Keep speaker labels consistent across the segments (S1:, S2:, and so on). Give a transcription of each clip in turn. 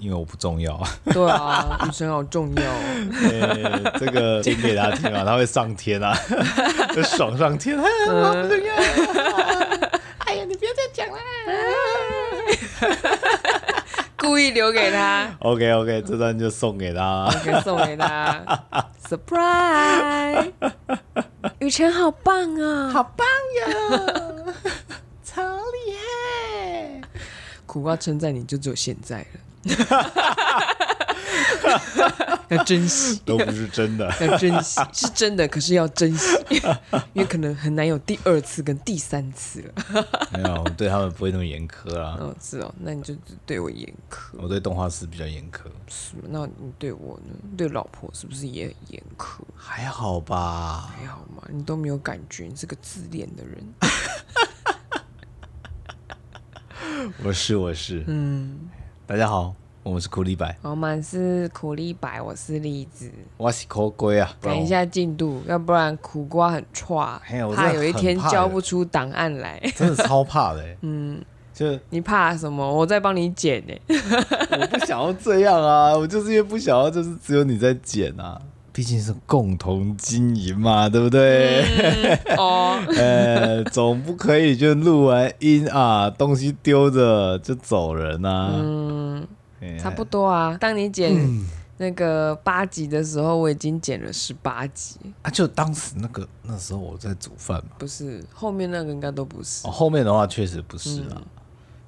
S1: 因为我不重要。
S2: 对啊，女生好重要、哦。
S1: 欸、这 个剪给他听啊，他会上天 啊，就爽上天。啊、我不重要。哎呀，你不要再讲啦。
S2: 故意留给他
S1: OK OK，这段就送给他。
S2: ，OK，送 给他，surprise。雨辰好棒啊、
S1: 好棒哟，超厉害！
S2: 苦瓜称赞你就只有现在了， 要珍惜，
S1: 都不是真的。
S2: 要珍惜，是真的，可是要珍惜， 因为可能很难有第二次跟第三次了。
S1: 没有，我对他们不会那么严苛啦。
S2: 哦，是哦，那你就只对我严苛，
S1: 我对动画师比较严苛，
S2: 是吗？那你对我呢？对老婆是不是也很严苛？
S1: 还好吧？
S2: 还好吗？你都没有感觉，你是个自恋 的人。
S1: 我是我是，嗯。大家好，我们是苦力白，
S2: 我们是苦力白，我是栗子。
S1: 我是苦龟啊。
S2: 赶一下进度，要不然苦瓜很差
S1: 嘿我，真的
S2: 怕有一天
S1: 很怕
S2: 交不出档案来。
S1: 不然我，真的超怕的、嗯，就
S2: 你怕什么？我再帮你 剪呢、
S1: 我不想要这样啊，我就是因为不想要，就是只有你在剪啊。毕竟是共同经营嘛，对不对？
S2: 哦，
S1: 呃，总不可以就录完音啊，东西丢着就走人啊。嗯，
S2: 差不多啊。当你剪那个八集的时候，我已经剪了十八集，
S1: 啊，就当时那个那时候我在煮饭嘛，
S2: 不是后面那个应该都不是
S1: 哦，。后面的话确实不是
S2: 嗯
S1: 啊，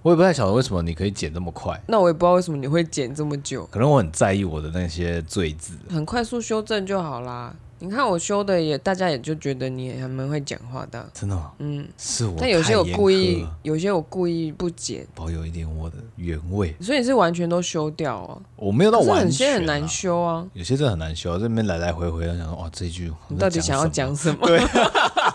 S1: 我也不太晓得为什么你可以剪那么快，
S2: 那我也不知道为什么你会剪这么久，
S1: 可能我很在意我的那些罪字，
S2: 很快速修正就好啦。你看我修的也，大家也就觉得你还蛮会讲话的。
S1: 真的吗？
S2: 嗯，
S1: 是我
S2: 但有些我
S1: 太严苛
S2: 故意
S1: 了，
S2: 有些我故意不剪，
S1: 保有一点我的原味，
S2: 所以你是完全都修掉哦。
S1: 我没有到
S2: 可是
S1: 完
S2: 很
S1: 全、
S2: 些
S1: 啊，
S2: 很难修啊。
S1: 有些真的很难修，这边来来回回，然后想说哇，哦这一句
S2: 你到底想要
S1: 什
S2: 讲什么？对，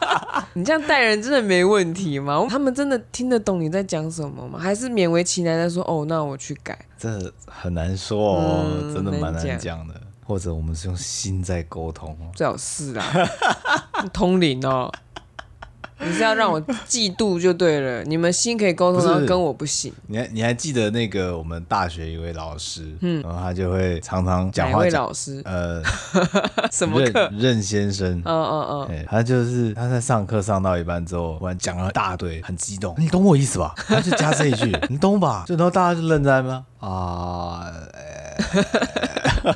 S2: 你这样带人真的没问题吗？他们真的听得懂你在讲什么吗？还是勉为其难的说哦，那我去改？
S1: 么，这很难说哦，
S2: 嗯
S1: 真的蛮
S2: 难
S1: 难
S2: 讲
S1: 讲的。或者我们是用心在沟通哦，
S2: 最好 是啊，你通灵哦。你是要让我嫉妒就对了，你们心可以沟
S1: 不
S2: 通，
S1: 是
S2: 然后跟我不行。
S1: 你还你还记得那个我们大学一位老师，嗯，然后他就会常常讲
S2: 哪
S1: 话
S2: 位
S1: 讲
S2: 老师？
S1: 呃
S2: 什么课
S1: 任？任先生，
S2: 嗯嗯嗯，
S1: 哎，他就是他在上课上到一半之后，忽然讲了一大堆，很激动，你懂我意思 吧？他就加这一句，你懂吧？就然后大家就愣在吗？ 啊、呃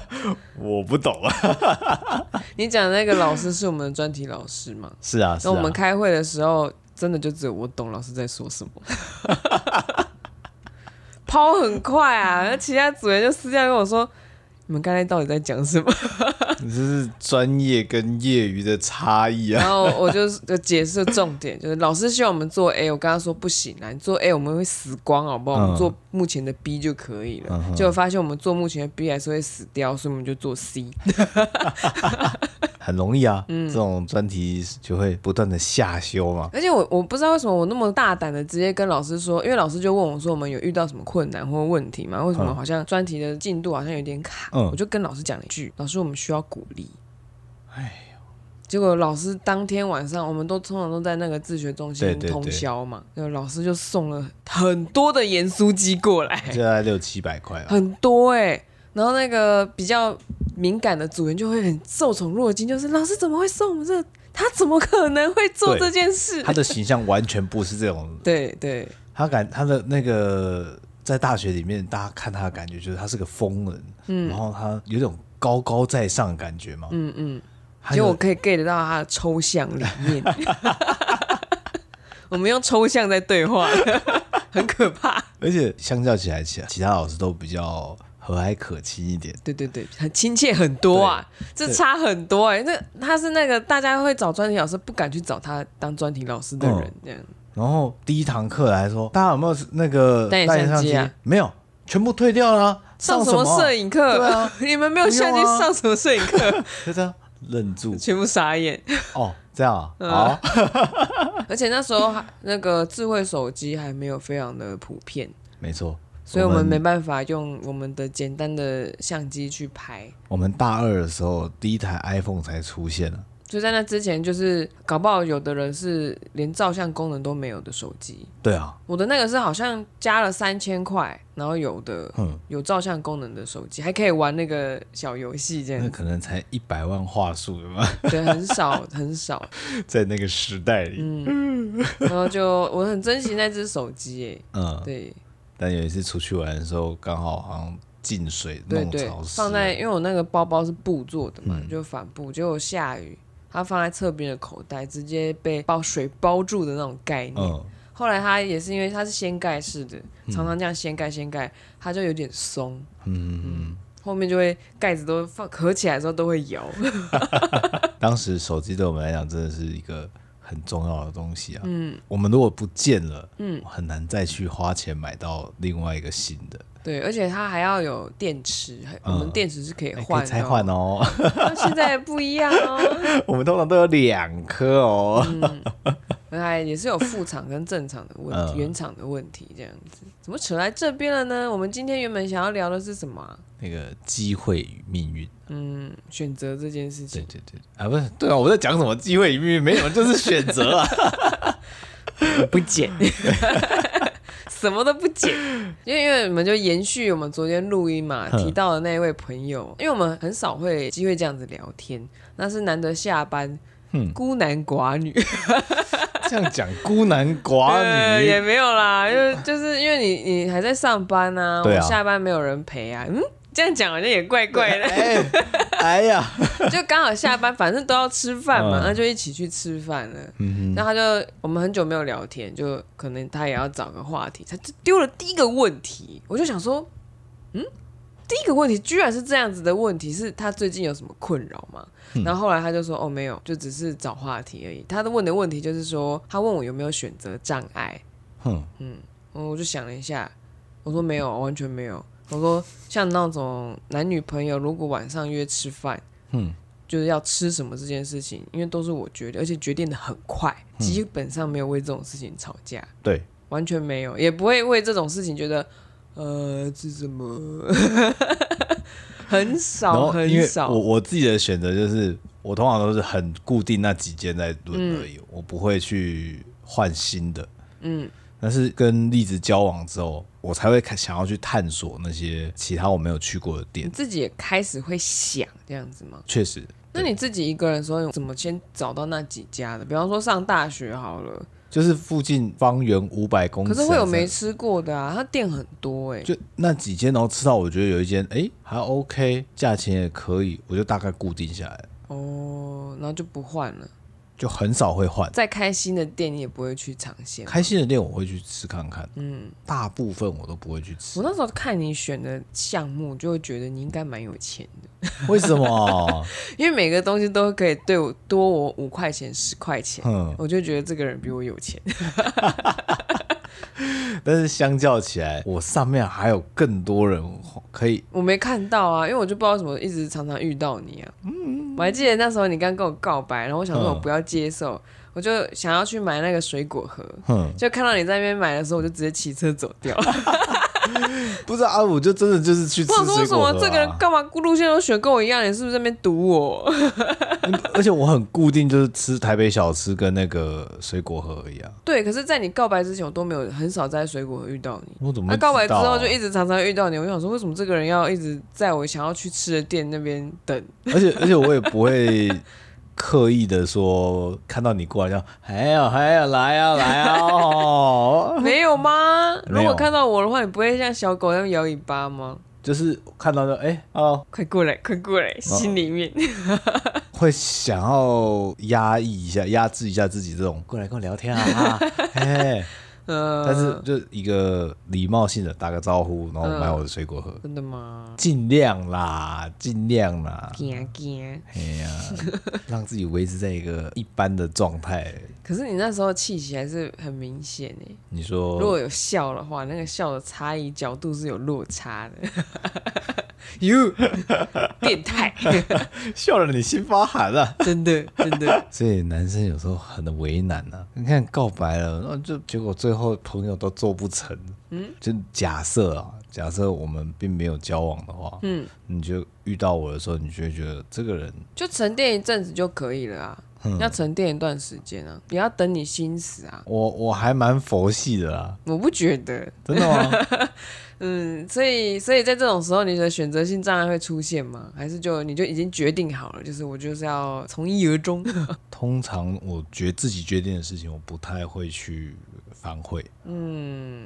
S1: 我不懂啊。
S2: 你讲的那个老师是我们的专题老师吗？
S1: 是啊，是
S2: 那
S1: 啊。
S2: 我们开会的时候，真的就只有我懂老师在说什么。 抛很快啊，那其他组员就私下跟我说：“你们刚才到底在讲 什么
S1: 你这是专业跟业余的差异？”啊。
S2: 然后我就就解释重点，就是老师希望我们做 A，我跟他说不行啊，你做 A 我们会死光，好不好？我们
S1: 嗯
S2: 做目前的 B 就可以了。
S1: 嗯哼
S2: 结果发现我们做目前的 B 还是会死掉，所以我们就做 C。
S1: 很容易啊。这种专题就会不断的下修嘛。
S2: 而且我我不知道为什么我那么大胆的直接跟老师说，因为老师就问我说我们有遇到什么困难或问题吗？为什么
S1: 嗯
S2: 好像专题的进度好啊像有点卡？
S1: 嗯
S2: 我就跟老师讲了一句，老师我们需要鼓励。结果老师当天晚上，我们都通常都在那个自学中
S1: 对
S2: 心
S1: 对对
S2: 通宵嘛，然后老师就送了很多的盐酥鸡过来，
S1: 这大概六七百块 吧。
S2: 很多哎、然后那个比较敏感的组员就会很受宠若惊，就是老师怎么会送我们这个？他怎么可能会做
S1: 对
S2: 这件事
S1: 他？的形象完全不是这种，
S2: 对对，
S1: 他感他的那个在大学里面，大家看他的感觉就是他是个疯人，然后他有种高高在上的感觉嘛。嗯嗯。还
S2: 就我
S1: 有
S2: 可以 get 得到他的抽象里 面。我们用抽象在对话， 很可怕。
S1: 而且相较起来，其其他老师都比较和蔼可亲一点。
S2: 对对对，很亲切很多啊，这
S1: 对
S2: 差很多哎、那他是那个大家会找专题老师，不敢去找他当专题老师的人，这样
S1: 然后第一堂课来说，大家有没有那个
S2: 单眼
S1: 单眼
S2: 相机啊
S1: 机没有，全部退掉了啊、
S2: 上什
S1: 么
S2: 么摄影课？
S1: 对啊
S2: 你们没有下去
S1: 不用啊
S2: 上什么摄影课，
S1: 就这样愣住
S2: 全部傻眼。
S1: 哦，这样啊，
S2: 嗯
S1: 好，
S2: 而且那时候还那个智慧手机还没有非常的普遍，
S1: 没错，
S2: 所以我们没办法用我们的简单的相机去拍。
S1: 我们大二的时候，第一台 iPhone 才出现了，
S2: 就在那之前，就是搞不好有的人是连照相功能都没有的手机。
S1: 对啊，
S2: 我的那个是好像加了三千块，然后有的
S1: 嗯，
S2: 有照相功能的手机，还可以玩那个小游戏 这
S1: 那
S2: 样子。
S1: 可能才一百万话术嘛，
S2: 对，很少很少。
S1: 在那个时代里，
S2: 嗯然后就我很珍惜那只手机耶，
S1: 嗯，
S2: 对
S1: 但有一次出去玩的时候，刚好好像进水
S2: 对
S1: 弄
S2: 对
S1: 潮，湿了，啊嗯
S2: 放在因为我那个包包是布做的嘛，就帆布，结果下雨，它放在侧边的口袋，直接被包水包住的那种概念。
S1: 嗯，
S2: 后来它也是因为它是掀盖式的，常常这样掀盖掀盖，它就有点松，
S1: 嗯，
S2: 后面就会盖子都放合起来的时候都会摇。
S1: 当时手机对我们来讲真的是一个很重要的东西啊。嗯，我们如果不见了，嗯，很难再去花钱买到另外一个新的，
S2: 对，而且它还要有电池，我们电池是可以
S1: 哎
S2: 换
S1: 可以拆
S2: 的哦
S1: 换哦。
S2: 那 现在不一样哦，
S1: 我们通常都有两颗哦。
S2: 嗯原来哎也是有副厂跟正厂的问题，
S1: 嗯
S2: 原厂的问题这样子，怎么扯来这边了呢？我们今天原本想要聊的是什么啊、
S1: 那个机会与命运，
S2: 嗯，选择这件事
S1: 对
S2: 情，
S1: 对对，啊，不是，对啊，我在讲什么机会与命运？没有，就是选择啊。
S2: 不剪，什么都不 剪，因为因为我们就延续我们昨天录音嘛
S1: 嗯
S2: 提到的那一位朋友，因为我们很少会有机会这样子聊天，那是难得下班
S1: 嗯。
S2: 孤男寡女，
S1: 这样讲孤男 寡
S2: 呃也
S1: 女，
S2: 没有啦，因为就是因为你你还在上班啊，
S1: 对啊
S2: 我下班没有人陪啊，嗯，这样讲好像也怪怪的，
S1: 哎，哎呀，
S2: 就刚好下班，反正都要吃饭嘛，
S1: 嗯
S2: 那就一起去吃饭了。
S1: 嗯
S2: 那他就我们很久没有聊天，就可能他也要找个话题，他就丢了第一个问题，我就想说，嗯，第一个问题居然是这样子的问题，是他最近有什么困扰吗？
S1: 嗯
S2: 然后后来他就说，哦，没有，就只是找话题而已。他的问的问题就是说，他问我有没有选择障碍，
S1: 哼，
S2: 嗯，我就想了一下，我说没有，完全没有。我说像那种男女朋友如果晚上约吃饭，
S1: 嗯，
S2: 就是要吃什么这件事情，因为都是我决定，而且决定的很快，
S1: 嗯
S2: 基本上没有为这种事情吵架，
S1: 对，
S2: 完全没有，也不会为这种事情觉得呃这怎么， 很
S1: 然
S2: 少
S1: 后因
S2: 很
S1: 为
S2: 少
S1: 我，我自己的选择就是，我通常都是很固定那几间在轮而已，我不会去换新的。
S2: 嗯
S1: 但是跟栗子交往之后，我才会看想要去探索那些其他我没有去过的
S2: 你
S1: 店。
S2: 自己也开始会想这样子吗？
S1: 确实，
S2: 那你自己一个人的时候，怎么先找到那几家的？比方说上大学好了，
S1: 就是附近方圆五百公尺，
S2: 可是会有没吃过的啊，它店很多哎、
S1: 就那几间，然后吃到我觉得有一间哎、诶还 OK，价钱也可以，我就大概固定下来，
S2: 哦，然后就不换了。
S1: 就很少会换。
S2: 再开新的店，你也不会去尝鲜。
S1: 开心的店我会去吃看看，嗯，大部分我都不会去吃
S2: 我，那时候看你选的项目，就会觉得你应该蛮有钱的，
S1: 为什么？
S2: 因为每个东西都可以对我多我五块钱、十块钱，
S1: 嗯，
S2: 我就觉得这个人比我有钱。
S1: 但是相较起来，我上面还有更多人可以，
S2: 我没看到啊，因为我就不知道为什么，一直常常遇到你啊。我还记得那时候你刚跟我告白，然后我想说我
S1: 嗯
S2: 不要接受，我就想要去买那个水果盒。
S1: 哼，
S2: 就看到你在那边买的时候，我就直接骑车走 掉。
S1: 不是啊，我就真的就是去吃
S2: 我想说，为
S1: 水
S2: 什
S1: 果
S2: 么
S1: 盒、
S2: 这个人
S1: 啊，
S2: 干嘛路线都选跟我一样？你是不是在那边堵我？
S1: 而且我很固定，就是吃台北小吃跟那个水果盒啊一样。
S2: 对，可是，在你告白之前，我都没有很少在水果盒遇到你。
S1: 我怎么
S2: 那
S1: 会
S2: 告白
S1: 知
S2: 之
S1: 道啊
S2: 后就一直常常遇到你，我就想说，为什么这个人要一直在我想要去吃的店那边 等？
S1: 而且而且我也不会刻意的说看到你过来就还有还有来啊来啊哦，
S2: 没有吗？
S1: 没有
S2: 如果看到我的话，你不会像小狗那样摇尾巴吗？
S1: 就是看到就哎、哦，
S2: 快过来，快过 来，心里面。
S1: 会想要压抑一下压制一下自己这种过来跟我聊天啊，啊哎、
S2: 嗯、
S1: 但是就一个礼貌性的打个招呼，然后买我的水果喝，
S2: 真的吗？
S1: 尽量啦尽量啦，
S2: 惊惊！
S1: 哎呀，让自己维持在一个一般的状态。
S2: 可是你那时候气息还是很明显诶。
S1: 你说
S2: 如果有笑的话，那个笑的差异角度是有落差的。You 变态，
S1: 笑了你心发寒啊了、
S2: 真的真的。
S1: 所以男生有时候很为难呐、你看告白了，然后就结果最后朋友都做不成。嗯，就假设啊，假设我们并没有交往的话，嗯，你就遇到我的时候，你就会觉得这个人
S2: 就沉淀一阵子就可以了啊。要沉淀一段时间啊，也要等你心死啊。
S1: 我我还蛮佛系的啦，
S2: 我不觉得，
S1: 真的吗？
S2: 嗯，所以所以在这种时候，你的选择性障碍会出现吗？还是就你就已经决定好了，就是我就是要从一而终？
S1: 通常我觉自己决定的事情，我不太会去反悔。
S2: 嗯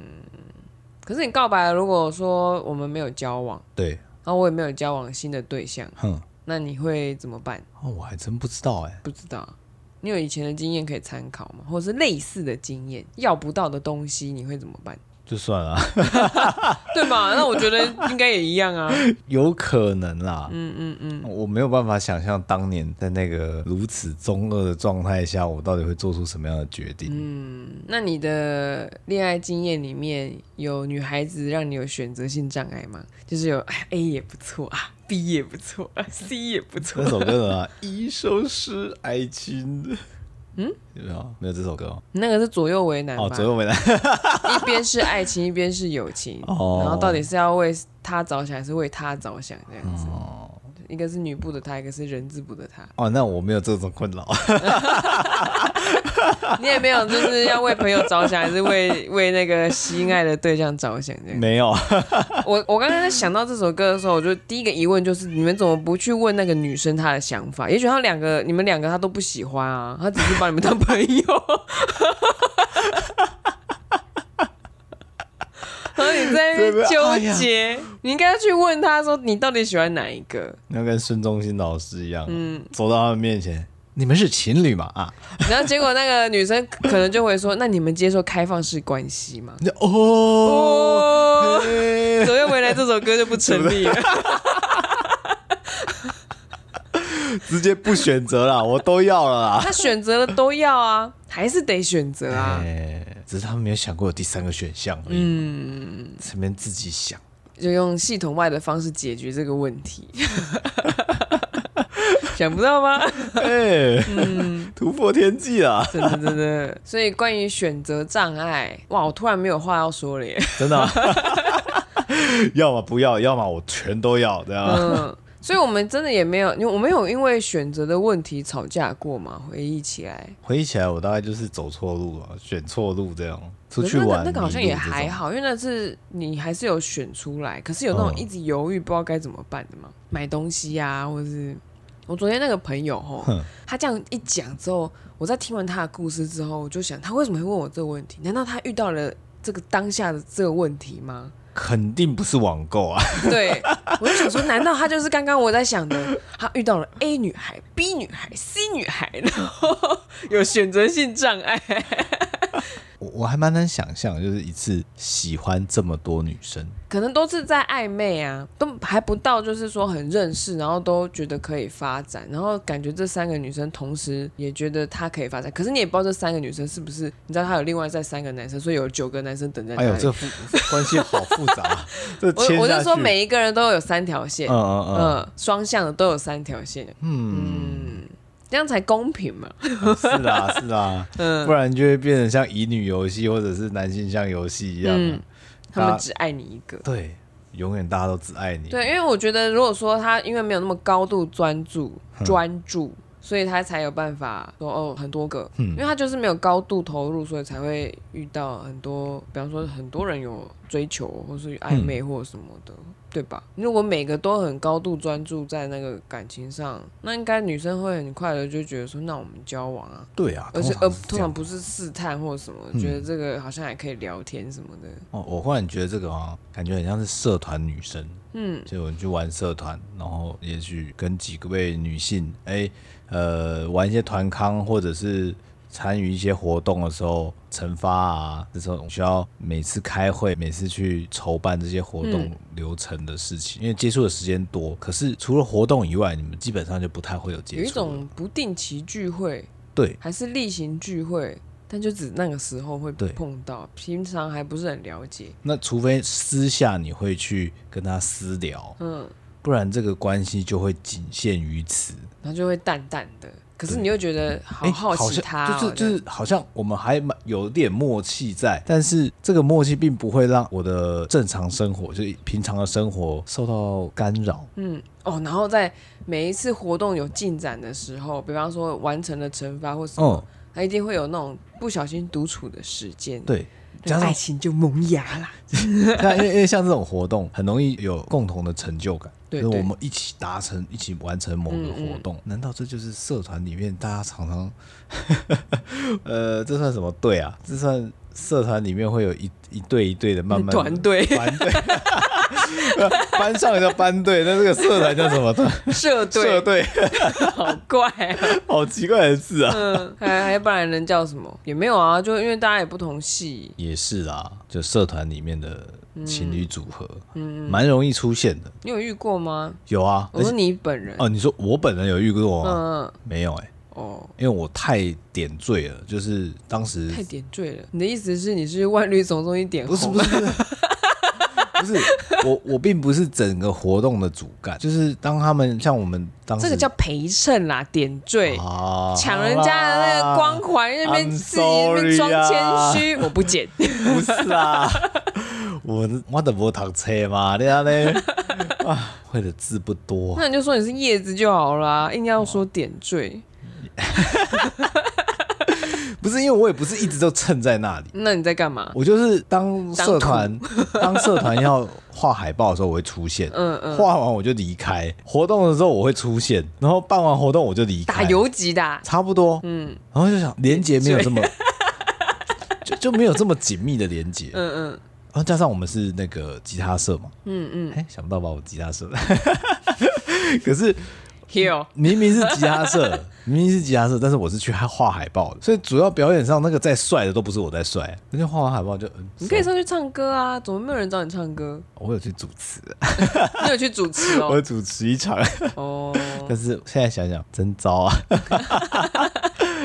S2: 可是你告白了，如果说我们没有交往，
S1: 对，
S2: 然后我也没有交往新的对象，
S1: 哼，
S2: 那你会怎么办？
S1: 哦，我还真不知道哎、
S2: 不知道啊，你有以前的经验可以参考吗？或者是类似的经验，要不到的东西你会怎么办？
S1: 就算了啊，
S2: 对吧？ 那我觉得应该也一样啊。
S1: 有可能啦。嗯嗯嗯，我没有办法想象当年在那个如此中二的状态下，我到底会做出什么样的决定。
S2: 那你的恋爱经验里面有女孩子让你有选择性障碍吗？就是有哎 A 也不错啊，B 也不错啊，C 也不错
S1: 那。首歌呢？ 一首诗爱情。嗯，有没有没有这首歌哦？
S2: 那个是左右为难吧？
S1: 哦，左右为难。
S2: 一边是爱情，一边是友情，
S1: 哦，
S2: 然后到底是要为他着想，还是为他着想这样子？一个是女部的他，一个是人字部的他
S1: 哦，那我没有这种困扰。
S2: 你也没有就是要为朋友着想，还是为为那个心爱的对象着想这样。
S1: 没有。
S2: 我我刚刚在想到这首歌的时候，我就第一个疑问就是，你们怎么不去问那个女生她的想法？也许她两个你们两个她都不喜欢啊，她只是把你们当朋友。然后你在那边纠结，你应该要去问她说你到底喜欢哪一个？
S1: 要跟孙中兴老师一样，嗯，走到他们面前，你们是情侣嘛？啊，
S2: 然后结果那个女生可能就会说：“那你们接受开放式关系吗
S1: 你就？”哦，
S2: 哦，
S1: 嘿
S2: 左右为难这首歌就不成立了。
S1: 直接不选择 啦，我都要了啦。
S2: 她选择了都要啊，还是得选择啊。
S1: 哎，只是他们没有想过有第三个选项而已。嗯，前面自己想，
S2: 就用系统外的方式解决这个问题。 想不到吗？
S1: 哎，
S2: 嗯
S1: 突破天际啊，
S2: 真的真的。所以关于选择障碍，哇，我突然没有话要说了耶。
S1: 真的啊。 要么不要，要么我全都要，这样。
S2: 嗯，所以我们真的也没有，因为我们有因为选择的问题吵架过嘛？回忆起来，
S1: 回忆起来，我大概就是走错路了，选错路这样。出
S2: 可
S1: 去
S2: 是那个
S1: 玩
S2: 那个好像
S1: 迷路
S2: 也
S1: 这种
S2: 还好，因为那是你还是有选出来，可是有那种
S1: 嗯
S2: 一直犹豫不知道该怎么办的嘛，买东西啊，或者是我昨天那个朋友吼
S1: 哼，
S2: 他这样一讲之后，我在听完他的故事之后，我就想他为什么会问我这个问题？难道他遇到了这个当下的这个问题吗？
S1: 肯定不是网购啊。
S2: 对，我就想说，难道他就是刚刚我在想的，他遇到了 A 女孩、B 女孩、C 女孩，然后 有选择性障碍？
S1: 我我还蛮难想象，就是一次喜欢这么多女生，
S2: 可能都是在暧昧啊，都还不到就是说很认识，然后都觉得可以发展，然后感觉这三个女生同时也觉得她可以发展，可是你也不知道这三个女生是不是，你知道她有另外再三个男生，所以有九个男生等在那
S1: 哎
S2: 里。
S1: 呦，这复关系好复杂、 啊，这
S2: 我
S1: 牵
S2: 我
S1: 下去，
S2: 就说每一个人都有三条线，
S1: 嗯嗯
S2: 嗯、
S1: 嗯，
S2: 双向的都有三条线，
S1: 嗯，
S2: 这样才公平嘛。
S1: 是啦是 啦，
S2: 嗯
S1: 不然就会变成像乙女游戏或者是男性向游戏一样、啊
S2: 嗯，他
S1: 大
S2: 们只爱你一个。
S1: 对，永远大家都只爱你，
S2: 对，因为我觉得，如果说他因为没有那么高度专注
S1: 嗯
S2: 专注，所以他才有办法说哦很多个，
S1: 嗯
S2: 因为他就是没有高度投入，所以才会遇到很多，比方说很多人有追求或是暧
S1: 嗯
S2: 昧或什么的。对吧？如果每个都很高度专注在那个感情上，那应该女生会很快的就觉得说，那我们交往啊，
S1: 对啊，
S2: 而且呃
S1: 通常是，这
S2: 通
S1: 样嗯
S2: 常不是试探或什么，觉得这个好像还可以聊天什么的。
S1: 哦，我忽然觉得这个啊，感觉很像是社团女生。嗯，就我们去玩社团，然后也许跟几位女性，哎、呃，玩一些团康或者是参与一些活动的时候，惩罚啊，这种需要每次开会、每次去筹办这些活
S2: 嗯
S1: 动流程的事情，因为接触的时间多。可是除了活动以外，你们基本上就不太会有接触
S2: 有
S1: 了。
S2: 一种不定期聚会，
S1: 对
S2: 还是例行聚会，但就只那个时候会
S1: 对
S2: 碰到，平常还不是很了解。
S1: 那除非私下你会去跟他私聊，
S2: 嗯，
S1: 不然这个关系就会仅限于此。
S2: 然后就会淡淡的，可是你又觉得好
S1: 哎
S2: 好奇
S1: 像
S2: 他哦、
S1: 就是就
S2: 这样
S1: 是好像我们还蛮有点默契在，但是这个默契并不会让我的正常生活，就是平常的生活受到干扰。
S2: 嗯哦，然后在每一次活动有进展的时候，比方说完成了惩罚或什
S1: 嗯，
S2: 么，他一定会有那种不小心独处的时间，，
S1: 对，加
S2: 那爱
S1: 上
S2: 情就萌芽啦。
S1: 像因为因为像这种活动，很容易有共同的成就感，
S2: 对
S1: 就是
S2: 对嗯
S1: 我们一起达成、一起完成某个活动。难道这就是社团里面大家常常， 呃，这算什么队啊？这算社团里面会有一一队一队的慢慢
S2: 团队
S1: 班队。班上叫班队，那这个社团叫什 么团？
S2: 社
S1: 社
S2: 队，
S1: 队，
S2: 好怪、啊，
S1: 好奇怪的字啊！
S2: 嗯，还还不然能叫什么？也没有啊，就因为大家也不同系，
S1: 也是啦，就社团里面的情侣组合，嗯，蛮容易出现的。
S2: 你有遇过吗？
S1: 有啊，
S2: 我
S1: 而
S2: 说
S1: 且
S2: 你本人，
S1: 哦，你说我本人有遇过啊吗？
S2: 嗯，
S1: 没有哎、
S2: 哦，
S1: 因为我太点缀了，就是当时
S2: 太点缀了。你的意思是你是万绿丛中一点
S1: 不
S2: 红？
S1: 是不是不是我我并不是整个活动的主干，就是当他们像我们当时
S2: 这个叫陪衬啦，点缀。
S1: 啊
S2: 抢人家的那个光环，那边
S1: I'm
S2: 自己那边装
S1: sorry 啊
S2: 谦虚，我不剪。
S1: 不是啦，我我的无读册嘛，你安尼啊，会的字不多，
S2: 那你就说你是叶子就好啦，硬要说点缀，
S1: 不是因为我也不是一直都蹭在那里，
S2: 那你在干嘛？
S1: 我就是当社 团当社团要画海报的时候，我会出现，
S2: 嗯嗯，
S1: 画完我就离开，活动的时候我会出现，然后办完活动我就离
S2: 打
S1: 开，
S2: 游击的啊，
S1: 差不多，
S2: 嗯
S1: 然后就想连接没有这么。就就没有这么紧密的连接，然
S2: 嗯嗯
S1: 后加上我们是那个吉他社嘛，
S2: 嗯嗯
S1: 哎、想不到吧，我吉他社， 可是
S2: ，Hill，
S1: 明明是吉他社，明明是吉他社，但是我是去画海报的，所以主要表演上那个在帅的都不是我在帅，那就画完海报就，嗯
S2: 你可以上去唱歌啊，怎么没有人找你唱歌？
S1: 我有去主持，
S2: 你有去主持
S1: 我有
S2: 哦？
S1: 主持一场，
S2: 哦，
S1: 但是现在想想真糟啊，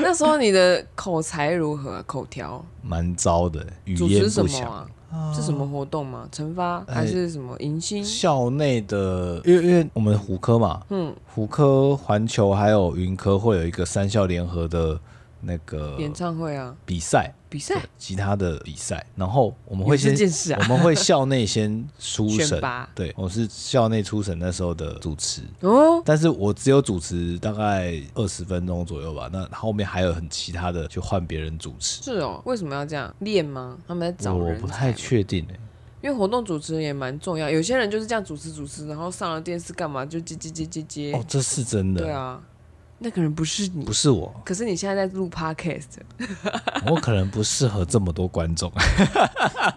S2: 那时候你的口才如何啊？口条？
S1: 蛮糟的，语
S2: 主
S1: 言
S2: 持什
S1: 不
S2: 么
S1: 详。哎
S2: 啊？是什么活动吗？惩罚还是什么迎新？
S1: 校内的，因为因为我们虎科嘛，
S2: 嗯，
S1: 虎科、环球还有云科会有一个三校联合的那个
S2: 演唱会啊，
S1: 比赛，
S2: 比赛
S1: 其他的比赛，然后我们会
S2: 有这
S1: 先
S2: 件事啊
S1: 我们会校内先初
S2: 选
S1: 审
S2: 拔，
S1: 对，我是校内初审那时候的主持，
S2: 哦，
S1: 但是我只有主持大概二十分钟左右吧，那后面还有很其他的就换别人主持，
S2: 是哦，为什么要这样练吗？他们在找
S1: 我
S2: 人才
S1: 不
S2: 吗，
S1: 太确定哎、
S2: 因为活动主持人也蛮重要，有些人就是这样主持主持，然后上了电视干嘛就接接接接接。
S1: 哦，这是真的，
S2: 对啊，那个人不是 你
S1: 不，是我，
S2: 可是你现在在录 podcast，
S1: 我可能不适合这么多观 众。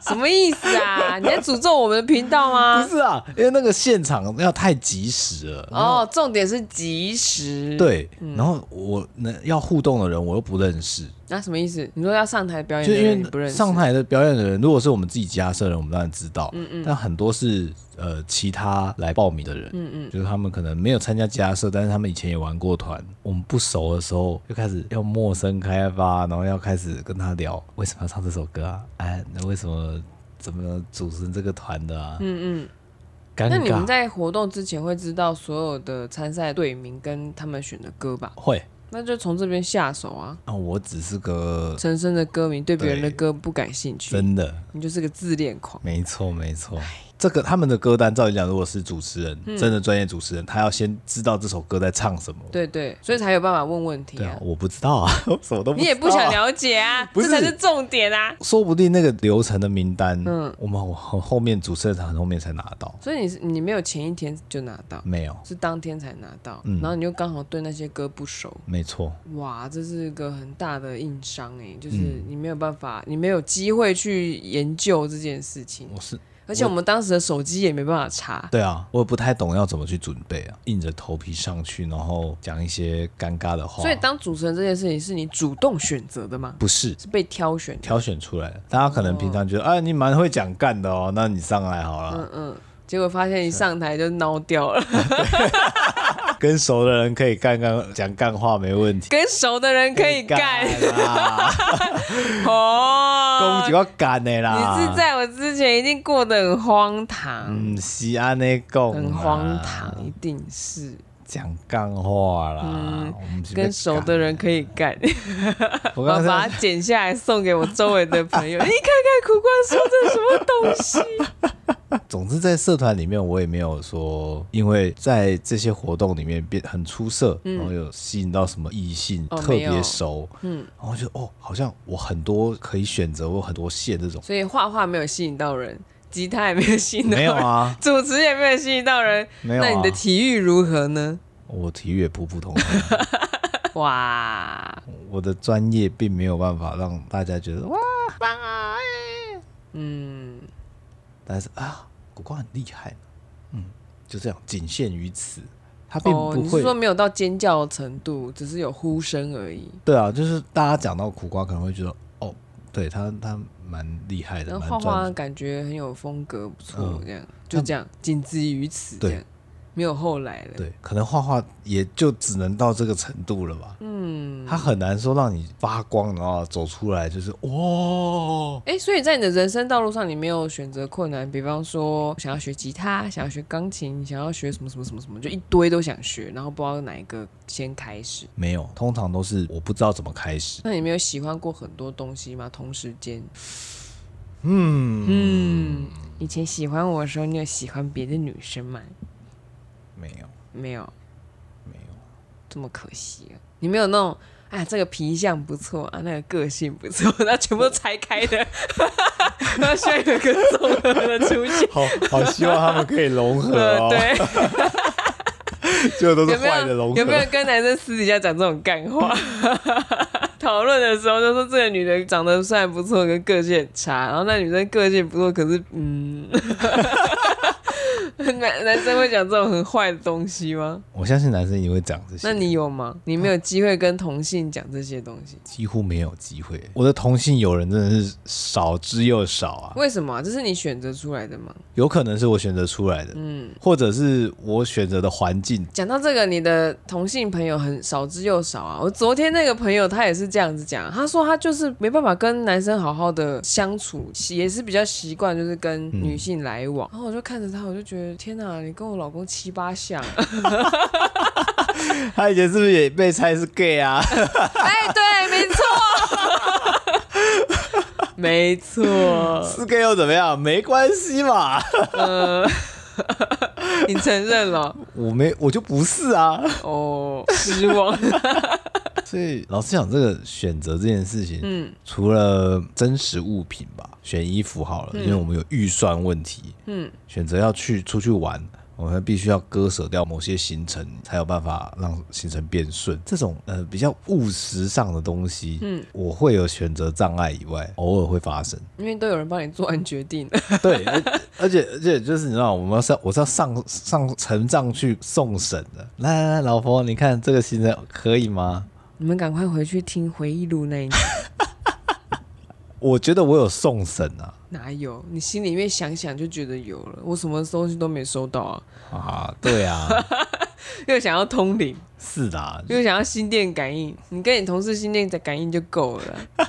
S2: 什么意思啊？你在诅咒我们的频道吗
S1: 不？是啊，因为那个现场要太及时了。然后
S2: 哦，重点是及时。，
S1: 对，
S2: 嗯
S1: 然后我那要互动的人我又不认识，
S2: 那、什么意思？你说要上台表演
S1: 就
S2: 的人
S1: 因
S2: 哎你不
S1: 为
S2: 认识，
S1: 上台的表演的人，如果是我们自己家社人，我们当然知道，嗯嗯，但很多是呃其他来报名的人，嗯嗯，就是他们可能没有参加家社，但是他们以前也玩过团，我们不熟的时候就开始要陌生开发，然后要开始跟他聊为什么要唱这首歌啊，哎，那为什么怎么组成这个团的啊，嗯嗯，尴尬。
S2: 那你们在活动之前会知道所有的参赛队名跟他们选的歌吧？
S1: 会
S2: 那就从这边下手啊。
S1: 啊，我只是个
S2: 陈升的歌迷对别人的
S1: 对
S2: 歌不感兴趣，
S1: 真的，
S2: 你就是个自恋狂。
S1: 没错没错。这个他们的歌单，照理讲，如果是主持人，真的专业主持人，他要先知道这首歌在唱什么。
S2: 嗯对对，所以才有办法问问题
S1: 对
S2: 啊
S1: 啊，。我不知道啊， 我什么都不知道啊。
S2: 你也不想了解啊，
S1: 不
S2: 这
S1: 是
S2: 才是重点啊。
S1: 说不定那个流程的名单，
S2: 嗯
S1: 嗯，我们我后面主持人很后面才拿到，
S2: 所以你是你没有前一天就拿到，
S1: 没有，
S2: 是当天才拿到，
S1: 嗯
S2: 然后你又刚好对那些歌不熟，
S1: 没错，
S2: 哇，这是个很大的硬伤哎、就是
S1: 嗯
S2: 你没有办法，你没有机会去研究这件事情，
S1: 我是
S2: 而且我们当时的手机也没办法查。
S1: 对啊，我也不太懂要怎么去准备啊，硬着头皮上去，然后讲一些尴尬的话。
S2: 所以当主持人这件事情是你主动选择的吗？
S1: 不是
S2: 是被挑选的？
S1: 挑选出来的，大家可能平常觉得，哎，你蛮会讲干的哦，那你上来好了。
S2: 哦嗯嗯，结果发现一上台就孬掉 了，
S1: 跟熟的人可以干干讲干话没问题，
S2: 跟熟的人可以干
S1: 啦，
S2: 哦。
S1: 公就要干的啦。
S2: 你是在我之前一定过得很荒唐，
S1: 嗯，西安那讲嗯
S2: 很荒唐，一定是。
S1: 讲干话啦，
S2: 嗯
S1: 我们是被
S2: 跟熟
S1: 干
S2: 的人可以干，
S1: 我
S2: 我要
S1: 刚
S2: 把
S1: 才
S2: 它剪下来送给我周围的朋 友。你看看苦瓜说这是什么东西？
S1: 总之在社团里面，我也没有说，因为在这些活动里面变很出色，然后有吸引到什么异性、
S2: 嗯哦
S1: 特
S2: 没有
S1: 别熟，嗯，然后就哦，好像我很多可以选择，我有很多线这种，
S2: 所以画画没有吸引到人，吉他 也没有吸引到
S1: 没有
S2: 人，
S1: 啊，
S2: 主持也没有吸引到人。
S1: 没有啊
S2: 那你的体育如何呢？
S1: 我体育也普普通通，
S2: 哇，
S1: 我的专业并没有办法让大家觉得哇，
S2: 嗯，
S1: 但是啊，古光很厉害，嗯，就这样，仅限于此，他并
S2: 哦，
S1: 不
S2: 你
S1: 会、
S2: 是说没有到尖叫的程度，只是有呼声而已。
S1: 对啊，就是大家讲到苦瓜，可能会觉得哦，对他他蛮厉害的，
S2: 然
S1: 蛮
S2: 后画
S1: 专
S2: 画感觉很有风格，不错，
S1: 嗯
S2: 这样就这样，仅止于此，这
S1: 对
S2: 样没有后来了。
S1: 对，可能画画也就只能到这个程度了吧。嗯，他很难说让你发光，然后走出来就是哦哇、
S2: 哎，所以在你的人生道路上，你没有选择困难，比方说想要学吉他，想要学钢琴，想要学什么什么什么什么，就一堆都想学，然后不知道哪一个先开始。
S1: 没有，通常都是我不知道怎么开始。
S2: 那你没有喜欢过很多东西吗？同时间，
S1: 嗯，
S2: 嗯，以前喜欢我的时候，你有喜欢别的女生吗？
S1: 没有，
S2: 没有，
S1: 没有，
S2: 这么可惜啊！你没有那种啊，这个皮相不错啊，那个个性不错， 那全部都拆开的， 那需要有一个综合的出现。
S1: 好好希望他们可以融合
S2: 呃，
S1: 哦，
S2: 对，
S1: 就都是
S2: 有没
S1: 坏的融
S2: 有
S1: 合。
S2: 有没有跟男生私底下讲这种干话？ 讨论的时候就说这个女的长得虽然不错，跟个性很差，然后那女生个性不错，可是嗯， 男男生会讲这种很坏的东西吗？
S1: 我相信男生也会讲这些。
S2: 那你有吗？你没有机会跟同性讲这些东西，
S1: 几乎没有机会，我的同性友人真的是少之又少啊。
S2: 为什么啊、这是你选择出来的吗？
S1: 有可能是我选择出来的，
S2: 嗯，
S1: 或者是我选择的环境。
S2: 讲到这个，你的同性朋友很少之又少啊。我昨天那个朋友他也是这样子讲，他说他就是没办法跟男生好好的相处，也是比较习惯就是跟女性来往。然后我就看着他，我就觉得天哪，你跟我老公七八哎像。
S1: 他以前是不是也被猜是 gay 啊？
S2: 哎，对，没错，没错，
S1: 是 gay 又怎么样？没关系嘛。
S2: 呃， 你承认了
S1: 我没，我就不是啊。
S2: 哦，失望。
S1: 所以老实讲，这个选择这件事情，
S2: 嗯
S1: 除了真实物品吧，选衣服好了，因为我们有预算问题，
S2: 嗯，
S1: 选择要去出去玩。我们必须要割舍掉某些行程，才有办法让行程变顺。这种呃比较务实上的东西，嗯，我会有选择障碍以外，偶尔会发生。
S2: 因为都有人帮你做完决定。
S1: 对，而 而且而且就是你知道，我们要上我是要上上呈上去送审的。来来来，老婆，你看这个行程可以吗？
S2: 你们赶快回去听回忆录那一集，
S1: 我觉得我有送审啊
S2: 哪有？你心里面想想就觉得有了，我什么东西都没收到啊！
S1: 啊，对啊，
S2: 又想要通灵，
S1: 是的啊、
S2: 又想要心电感应，你跟你同事心电感应就够了啦。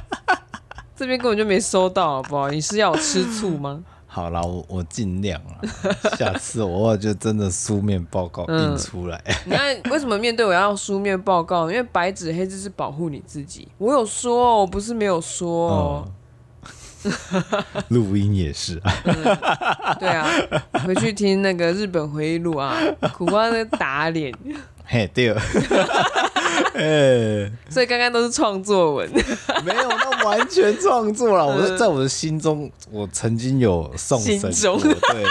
S2: 这边根本就没收到，好不好？你是要我吃醋吗？
S1: 好啦，我我尽量啦，下次我就真的书面报告
S2: 嗯
S1: 印出来。
S2: 你看为什么面对我要书面报告？因为白纸黑字是保护你自己。我有说哦，我不是没有说哦。
S1: 录音也是啊，
S2: 对啊，回去听那个日本回忆录啊，苦瓜在打脸，
S1: 嘿对， 哎，
S2: 所以刚刚都是创作文。
S1: 没有，那完全创作了。我是在我的心中，我曾经有送审过，
S2: 心中
S1: 对，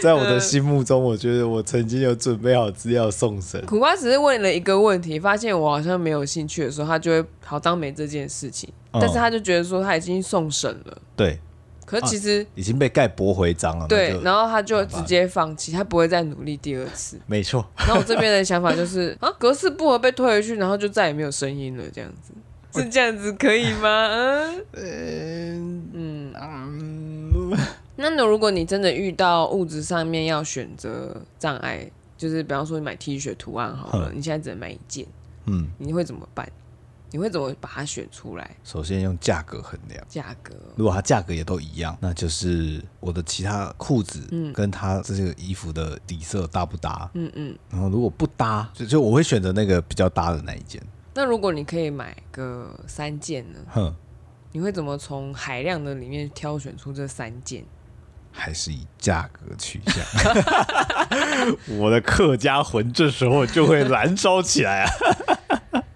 S1: 在我的心目中，我觉得我曾经有准备好资料送审。
S2: 苦瓜只是问了一个问题，发现我好像没有兴趣的时候，他就会好当没这件事情。
S1: 嗯
S2: 但是他就觉得说他已经送审了，
S1: 对，
S2: 可是其实、
S1: 已经被盖驳回章了。啊那
S2: 对
S1: 就，
S2: 然后他就直接放弃，他不会再努力第二次。
S1: 没错，
S2: 然后我这边的想法就是啊，格式不合被推回去，然后就再也没有声音了，这样子是这样子可以 吗？嗯
S1: 嗯
S2: 嗯，
S1: 嗯，
S2: 那你如果你真的遇到物质上面要选择障碍，就是比方说你买 T 恤图案好了，
S1: 哼
S2: 你现在只能买一件，
S1: 嗯，
S2: 你会怎么办？你会怎么把它选出来？
S1: 首先用价格衡量。
S2: 价格
S1: 如果它价格也都一样，那就是我的其他裤子，跟它这些衣服的底色搭不搭？嗯嗯。然后如果不搭，就就我会选择那个比较搭的那一件。
S2: 那如果你可以买个三件呢？
S1: 哼，
S2: 你会怎么从海量的里面挑选出这三件？
S1: 还是以价格取向。我的客家魂这时候就会燃烧起来啊！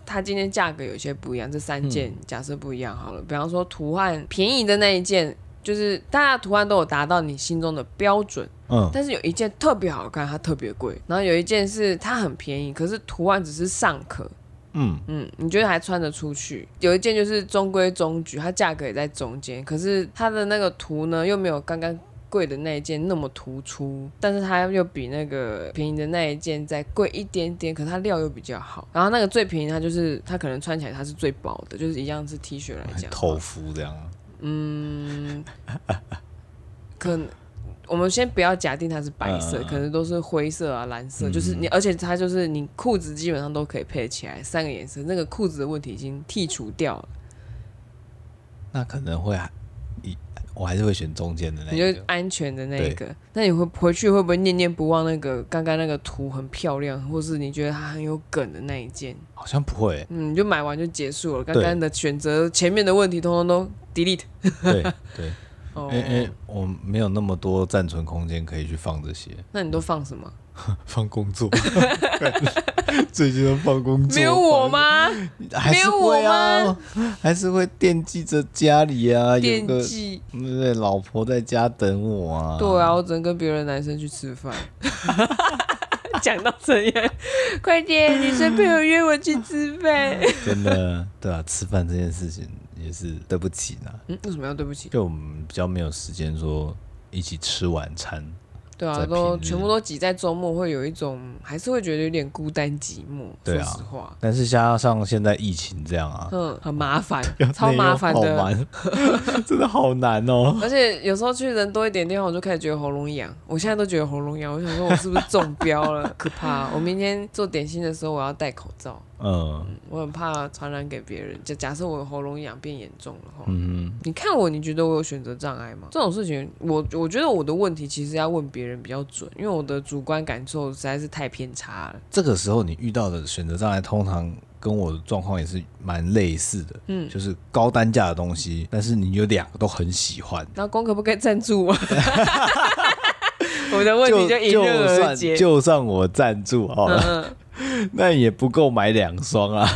S2: 它今天价格有些不一样，这三件假设不一样好了。比方说图案便宜的那一件，就是大家图案都有达到你心中的标准，
S1: 嗯，
S2: 但是有一件特别好看，它特别贵，然后有一件是它很便宜，可是图案只是尚可，
S1: 嗯
S2: 嗯，你觉得还穿得出去？有一件就是中规中矩，它价格也在中间，可是它的那个图呢又没有刚刚贵的那一件那么突出，但是它又比那个便宜的那一件再贵一点点，可是它料又比较好。然后那个最便宜，它就是它可能穿起来它是最薄的，就是一样是 T 恤来讲，
S1: 头肤这样啊。
S2: 可能我们先不要假定它是白色，
S1: 嗯嗯嗯
S2: 可能都是灰色啊、蓝色，
S1: 嗯
S2: 就是你，而且它就是你裤子基本上都可以配起来三个颜色，那个裤子的问题已经剔除掉了，
S1: 那可能会还一，我还是会选中间的那
S2: 你
S1: 一
S2: 就
S1: 个。
S2: 安全的那一个。那你会回去会不会念念不忘那个刚刚那个图很漂亮，或是你觉得它很有梗的那一件？
S1: 好像不会、
S2: 嗯，你就买完就结束了，刚刚的选择前面的问题通通都 delete。
S1: 对对，
S2: 哦，
S1: 因为因为我没有那么多暂存空间可以去放这些，
S2: 那你都放什么？
S1: 放工作， 最近都放工作，
S2: 没有我？吗？
S1: 还是会
S2: 没有我
S1: 啊，还是会惦记着家里啊，有
S2: 惦
S1: 个
S2: 记。
S1: 对不对？老婆在家等我啊，
S2: 对啊，我只能跟别人男生去 吃饭。 讲到这样，快点，女生朋友约我去吃饭。
S1: 真的，对啊，吃饭这件事情也是对不起呢，
S2: 嗯，为什么要对不起？
S1: 就我们比较没有时间说一起吃晚餐，
S2: 对
S1: 在
S2: 啊，
S1: 平
S2: 都
S1: 日
S2: 全部都挤在周末，会有一种还是会觉得有点孤单寂寞。
S1: 对啊
S2: 说实话，
S1: 但是加上现在疫情这样啊，，
S2: 嗯，很麻烦 超麻烦
S1: 好
S2: 的。
S1: 难， 真的好难哦。
S2: 而且有时候去人多一点地方，我就开始觉得喉咙痒。我现在都觉得喉咙痒，我想说我是不是中标了？ 可怕！我明天做点心的时候，我要戴口罩，
S1: 嗯
S2: 我很怕传染给别人。就假设我喉咙痒变严重了话，
S1: 嗯，
S2: 你看我，你觉得我有选择障碍吗？这种事情，我我觉得我的问题其实要问别人比较准，因为我的主观感受实在是太偏差了。
S1: 这个时候你遇到的选择障碍，通常跟我的状况也是蛮类似的，
S2: 嗯
S1: 就是高单价的东西，但是你有两个都很喜欢。
S2: 那公可不可以赞助我？ 我的问题就迎
S1: 就
S2: 刃而
S1: 算
S2: 解。
S1: 就算我赞助好
S2: 嗯
S1: 了，
S2: 嗯，
S1: 那也不够买两双啊。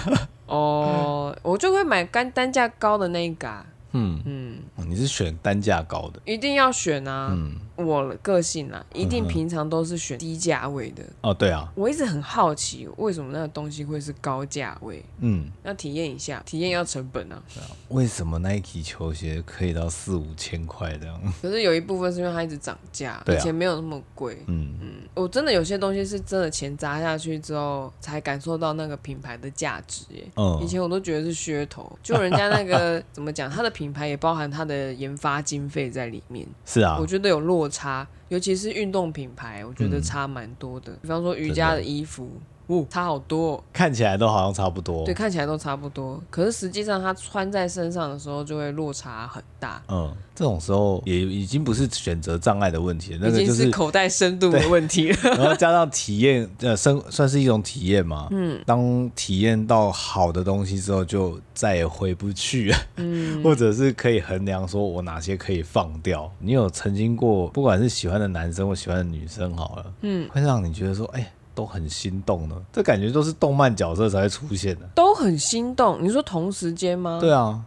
S2: 哦，我就会买单单价高的那一个、啊，
S1: 嗯，
S2: 嗯，
S1: 你是选单价高的，
S2: 一定要选啊。
S1: 嗯，
S2: 我的个性啊，一定
S1: 嗯哼
S2: 平常都是选低价位的。
S1: 哦，对啊，
S2: 我一直很好奇，为什么那个东西会是高价位？
S1: 嗯，
S2: 要体验一下，体验要成本啊。
S1: 为什么 Nike 球鞋可以到四五千块这样？
S2: 可是有一部分是因为它一直涨价，
S1: 对啊
S2: 以前没有那么贵。
S1: 嗯，
S2: 我真的有些东西是真的钱砸下去之后，才感受到那个品牌的价值耶。
S1: 嗯
S2: 以前我都觉得是噱头，就人家 那个怎么讲，它的品牌也包含它的研发经费在里面，
S1: 是啊
S2: 我，觉得有落差，尤其是运动品牌，我觉
S1: 嗯
S2: 得差蛮多的。比方说瑜伽的衣服，哦，差好多、哦，
S1: 看起来都好像差不多。
S2: 对，，看起来都差不多，可是实际上它穿在身上的时候就会落差很大，
S1: 嗯，这种时候也已经不是选择障碍的问题了，那个
S2: 已
S1: 就
S2: 经
S1: 是
S2: 是，口袋深度的问题了。
S1: 然后加上体验，呃，生算是一种体验嘛。嗯，当体验到好的东西之后，就再也回不去。嗯， 或者是可以衡量说我哪些可以放掉。你有曾经过，不管是喜欢的男生或喜欢的女生，好了，嗯，会让你觉得说，哎、都很心动呢。这感觉都是动漫角色才会出现的。
S2: 都很心动。你说同时间吗？
S1: 对啊。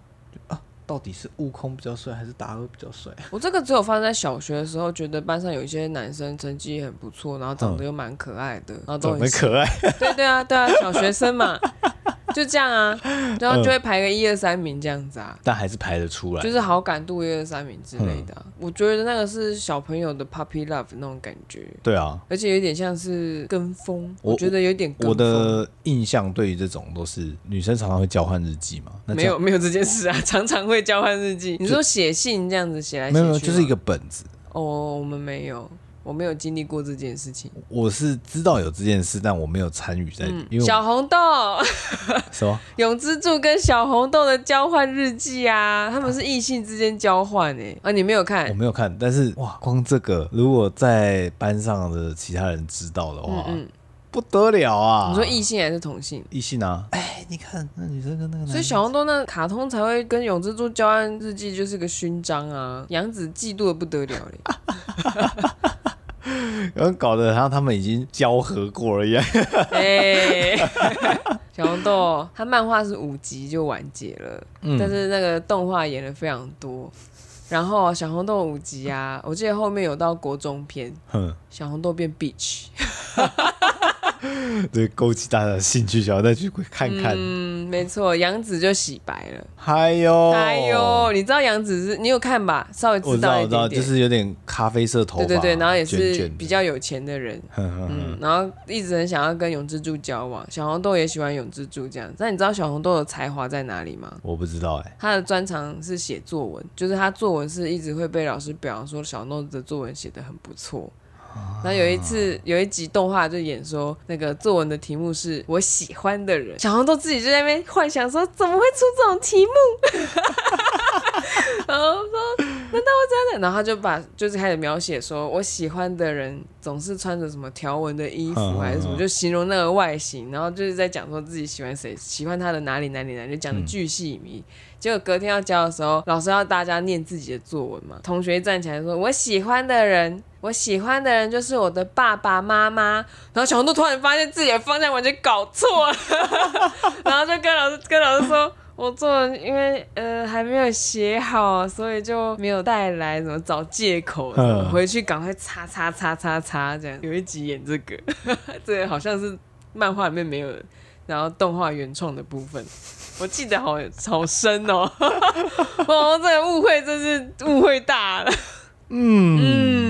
S1: 啊，到底是悟空比较帅还是达尔比较帅？
S2: 我这个只有发生在小学的时候，觉得班上有一些男生成绩也很不错，然后长得又蛮可爱 的，然后都
S1: 长
S2: 很
S1: 得可爱，
S2: 对对啊对啊，小学生嘛， 就这样啊，然后就会排个一二三名这样子啊。
S1: 但还是排得出来。
S2: 就是好感度一二三名之类的啊、我觉得那个是小朋友的 puppy love 那种感觉，
S1: 对啊，
S2: 而且有点像是跟风，
S1: 我
S2: 我觉得有点跟风。
S1: 我的印象对于这种都是女生常常会交换日记嘛，那
S2: 没
S1: 这
S2: 有
S1: 样
S2: 没有这件事啊， 常常会交换日记。你说写信这样子写来写
S1: 没
S2: 去
S1: 有没有，
S2: 吗，
S1: 就是一个本子，
S2: 哦，我们没有，我没有经历过这件事情。嗯
S1: 我是知道有这件事，但我没有参与在，嗯因为我
S2: 小红豆、
S1: 什么？
S2: 永之助跟小红豆的交换日记啊，他们是异性之间交 换哎、啊，你没有看
S1: 我？没有看，但是哇，光这个如果在班上的其他人知道的
S2: 嗯
S1: 话，
S2: 嗯，
S1: 不得了啊！
S2: 你说异性还是同性？
S1: 异性啊？哎，你看那女生跟那个男生，
S2: 所以小红豆那卡通才会跟永之助交换日记，就是个勋章啊！杨子嫉妒的不得了欸嘞，
S1: 然后搞得好像他们已经交合过了一样。
S2: 哎、小红豆，他漫画是五集就完结了，
S1: 嗯
S2: 但是那个动画演了非常多。然后小红豆五集啊，我记得后面有到国中篇，
S1: 哼，
S2: 小红豆变 bitch，
S1: 对，勾起大家的兴趣，想要再去看看。
S2: 嗯，没错，杨子就洗白了。
S1: 嗨哟，
S2: 哎呦，，你知道杨子是你有看吧？稍微
S1: 我知道，
S2: 道
S1: 我
S2: 一
S1: 知道，
S2: 点
S1: 就
S2: 点，
S1: 是有点咖啡色头发，
S2: 对对对，然后也
S1: 卷
S2: 是
S1: 卷的
S2: 比，较有钱的人，
S1: 哼哼哼
S2: 嗯，然后一直很想要跟永之助交往，小红豆也喜欢永之助这样。那你知道小红豆的才华在哪里吗？
S1: 我不知道哎，
S2: 他的专长是写作文，就是他作文是一直会被老师表扬说小豆子的作文写得很不错。然后有一次有一集动画就演说那个作文的题目是我喜欢的人，小红豆自己就在那边幻想说怎么会出这种题目，然后说难道会真的？然后他就把就是开始描写说我喜欢的人总是穿着什么条纹的衣服还是什么，就形容那个外形，然后就是在讲说自己喜欢谁，喜欢他的哪里哪里哪里，就讲的巨细靡遗。结果隔天要交的时候，老师要大家念自己的作文嘛。同学站起来说：“我喜欢的人，我喜欢的人就是我的爸爸妈妈。”然后小红豆突然发现自己的方向完全搞错了，然后就跟老师跟老师说。我作文因为呃还没有写好，所以就没有带来，怎么找借口？
S1: 嗯
S2: 回去赶快擦擦擦擦擦，这样有一集演这个， 这个好像是漫画里面没有的，然后动画原创的部分，我记得好好深哦。哦，这个误会真是误会大了。
S1: 嗯
S2: 嗯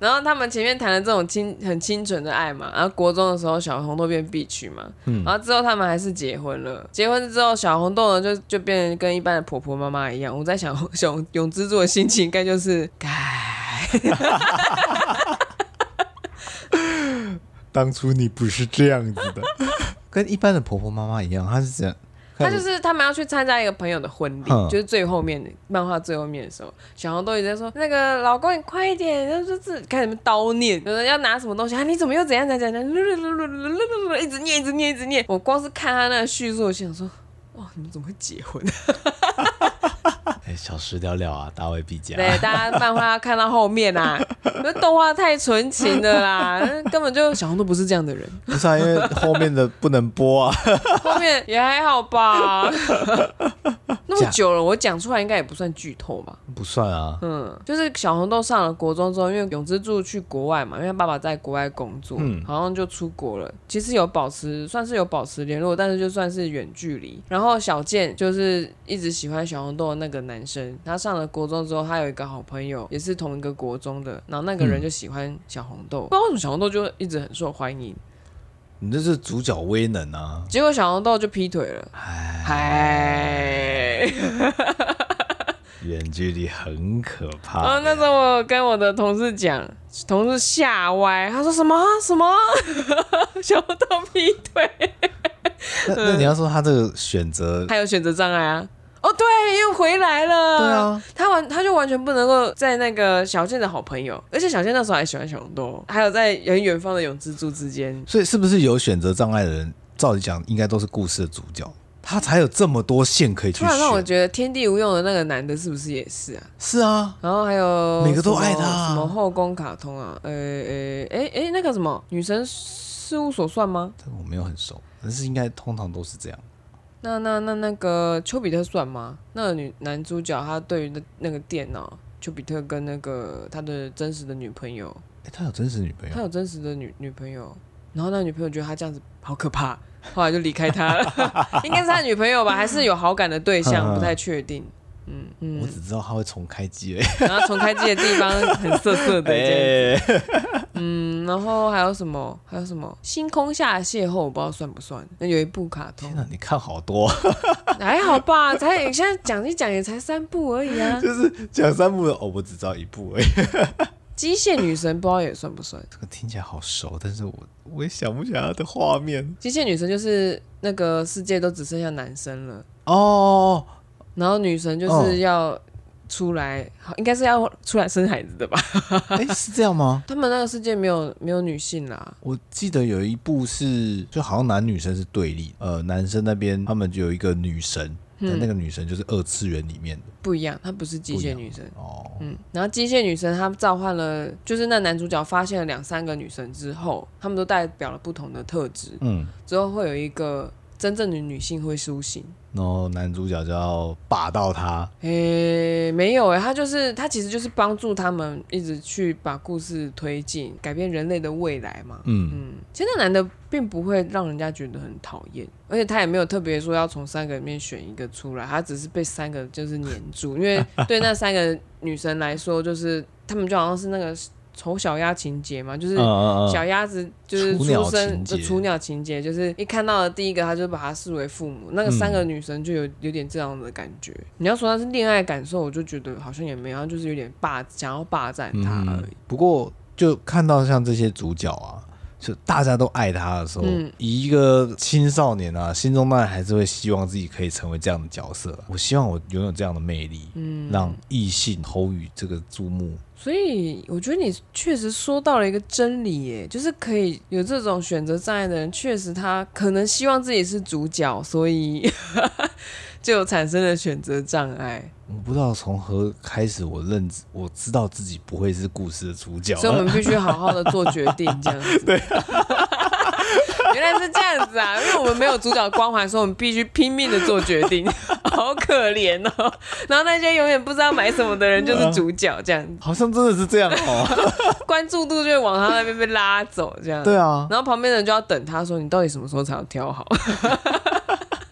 S2: 然后他们前面谈了这种清很清纯的爱嘛，然后国中的时候小红豆变 B 区嘛，
S1: 嗯
S2: 然后之后他们还是结婚了。结婚之后小红豆呢就就变成跟一般的婆婆妈妈一样。我在想 小红永之助的心情应该就是，该
S1: 当初你不是这样子的，跟一般的婆婆妈妈一样，她是这样，
S2: 他就是他们要去参加一个朋友的婚礼，
S1: 嗯
S2: 就是最后面的漫画最后面的时候，小红豆一直在说那个老公你快一点，然后就是开始那边叨念，有人要拿什么东西啊，你怎么又怎样怎样怎样，一直念一直念一直念。我光是看他那个叙述，我想说，哇，你们怎么会结婚？
S1: 哎、小时了了啊，大未必佳。
S2: 对，大家漫画要看到后面啊，那动画太纯情了啦，根本就小红豆不是这样的人。
S1: 不是啊，因为后面的不能播啊。
S2: 后面也还好吧，那么
S1: 假
S2: 久了，我讲出来应该也不算剧透吧。
S1: 不算啊。
S2: 嗯，就是小红豆上了国中之后，因为永之助去国外嘛，因为他爸爸在国外工作，
S1: 嗯
S2: 好像就出国了。其实有保持，算是有保持联络，但是就算是远距离。然后小健就是一直喜欢小红豆的那个男生，他上了国中之后，他有一个好朋友，也是同一个国中的，然后那个人就喜欢小红豆，不知道为什么小红豆就一直很受欢迎，
S1: 你这是主角威能啊，
S2: 结果小红豆就劈腿了，嗨。
S1: 远距离很可怕。
S2: 然后哦那时候我跟我的同事讲，同事吓歪，他说什么什么 小豆劈 腿，
S1: 那那你要说他这个选择，
S2: 还有选择障碍啊。哦，对，又回来了。
S1: 对啊，
S2: 他完他就完全不能够在那个小健的好朋友，而且小健那时候还喜欢小红豆，还有在很远方的永之助之间。
S1: 所以是不是有选择障碍的人，照理讲应该都是故事的主角，他才有这么多线可以去
S2: 突然让我
S1: 选。
S2: 觉得天地无用的那个男的是不是也是啊？
S1: 是啊，
S2: 然后还有
S1: 每个都
S2: 什么
S1: 爱他啊
S2: 什么后宫卡通啊？呃呃哎哎那个什么女神事务所算吗？
S1: 这个我没有很熟，但是应该通常都是这样。
S2: 那那那那个丘比特算吗？那个女男主角他对于那那个电脑，丘比特跟那个他的真实的女朋友，
S1: 哎、他有真实女朋
S2: 他
S1: 友，
S2: 有真实的女女朋友，然后那女朋友觉得他这样子好可怕，后来就离开他了， 应该是他女朋友吧，还是有好感的对
S1: 嗯嗯
S2: 象，不太 确定。嗯
S1: 我
S2: 嗯，
S1: 只知道他会重开机而已。
S2: 然后重开机的地方很涩涩的这样。
S1: 哎
S2: 嗯，然后还有什么？还有什么？星空下的邂逅，我不知道算不算。那有一部卡通
S1: 天， 哪，你看好多，哦
S2: 还好吧？才你现在讲一讲也才三部而已啊。
S1: 就是讲三部的哦，我只知道一部而已。
S2: 机械女神不知道也算不算？
S1: 这个听起来好熟，但是我我也想不起来它的画面。
S2: 机械女神就是那个世界都只剩下男生了，
S1: 哦，
S2: 然后女神就是要出来，好应该是要出来生孩子的吧？
S1: 哎，是这样吗？
S2: 他们那个世界没有没有女性啦，
S1: 我记得有一部是，就好像男女生是对立，呃，男生那边他们就有一个女神，但那个女神就是二次元里面的
S2: 不一样，她不是机
S1: 不一
S2: 械
S1: 样
S2: 女神。
S1: 哦，
S2: 嗯，然后机械女神她召唤了，就是那男主角发现了两三个女神之后，她们都代表了不同的特质，
S1: 嗯，
S2: 之后会有一个真正的女性会苏醒。
S1: 然后男主角就要霸到她，
S2: 诶、没有诶、他就是他其实就是帮助他们一直去把故事推进，改变人类的未来嘛。
S1: 嗯，
S2: 嗯，其实那男的并不会让人家觉得很讨厌，而且他也没有特别说要从三个里面选一个出来，他只是被三个就是黏住，因为对那三个女生来说，就是他们就好像是那个丑小鸭情节嘛，就是
S1: 嗯嗯
S2: 小
S1: 嗯，
S2: 鸭子就是
S1: 雏
S2: 出
S1: 鸟
S2: 生
S1: 情
S2: 的
S1: 节
S2: 雏鸟情节，就是一看到的第一个，他就把它视为父母。那个
S1: 嗯
S2: 三个女生就有有点这样的感觉。你要说她是恋爱感受，我就觉得好像也没有，她就是有点霸，想要霸占他而已。
S1: 不过就看到像这些主角啊。就大家都爱他的时候，
S2: 嗯
S1: 以一个青少年啊，心中当然还是会希望自己可以成为这样的角色啊。我希望我拥有这样的魅力，
S2: 嗯，
S1: 让异性投予这个注目。
S2: 所以我觉得你确实说到了一个真理，耶，就是可以有这种选择障碍的人，确实他可能希望自己是主角，所以 就产生了选择障碍。
S1: 我不知道从何开始，我认知我知道自己不会是故事的主角啊
S2: 所以我们必须好好的做决定，这样子。对、 原来是这样子啊，因为我们没有主角光环，所以我们必须拼命的做决定， 好可怜哦。然后那些永远不知道买什么的人就是主角，这样子
S1: 好像真的是这样 哦。
S2: 关注度就会往他那边被拉走，这样。
S1: 对啊，
S2: 然后旁边的人就要等他说：“你到底什么时候才要挑好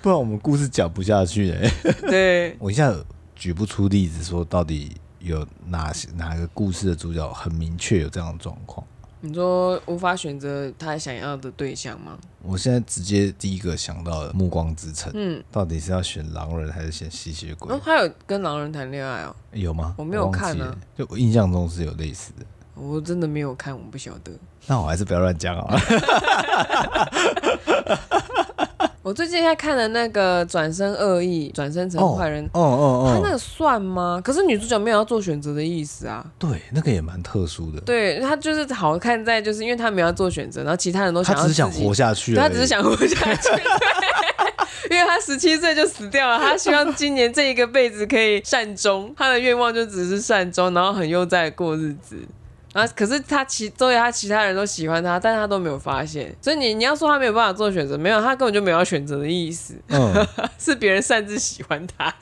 S1: 不然我们故事讲不下去哎、？”
S2: 对，
S1: 我一下举不出例子，说到底有哪些哪个故事的主角很明确有这样的状况。
S2: 你说无法选择他想要的对象吗？
S1: 我现在直接第一个想到的《暮光之城》，
S2: 嗯，
S1: 到底是要选狼人还是选吸血鬼
S2: 然后？他有跟狼人谈恋爱哦，
S1: 有吗？
S2: 我没有
S1: 忘记
S2: 看啊
S1: 了，就我印象中是有类似的。
S2: 我真的没有看，我不晓得。
S1: 那我还是不要乱讲 啊。
S2: 我最近在看的那个《转身恶意》，转身成坏人，
S1: 哦哦
S2: 他那
S1: 哦，
S2: 个算吗？可是女主角没有要做选择的意思啊。
S1: 对，那个也蛮特殊的。
S2: 对她就是好看在，就是因为她没有要做选择，然后其他人都
S1: 他
S2: 想
S1: 只
S2: 要
S1: 是
S2: 自己，
S1: 想活下去而已，
S2: 对她只是想活下去。 对因为她十七岁就死掉了，她希望今年这一个辈子可以善终，她的愿望就只是善终，然后很悠哉地过日子。然后可是她其周围她其他人都喜欢她，但她都没有发现。所以你你要说她没有办法做选择，没有，她根本就没有要选择的意思。
S1: 嗯，
S2: 是别人擅自喜欢他。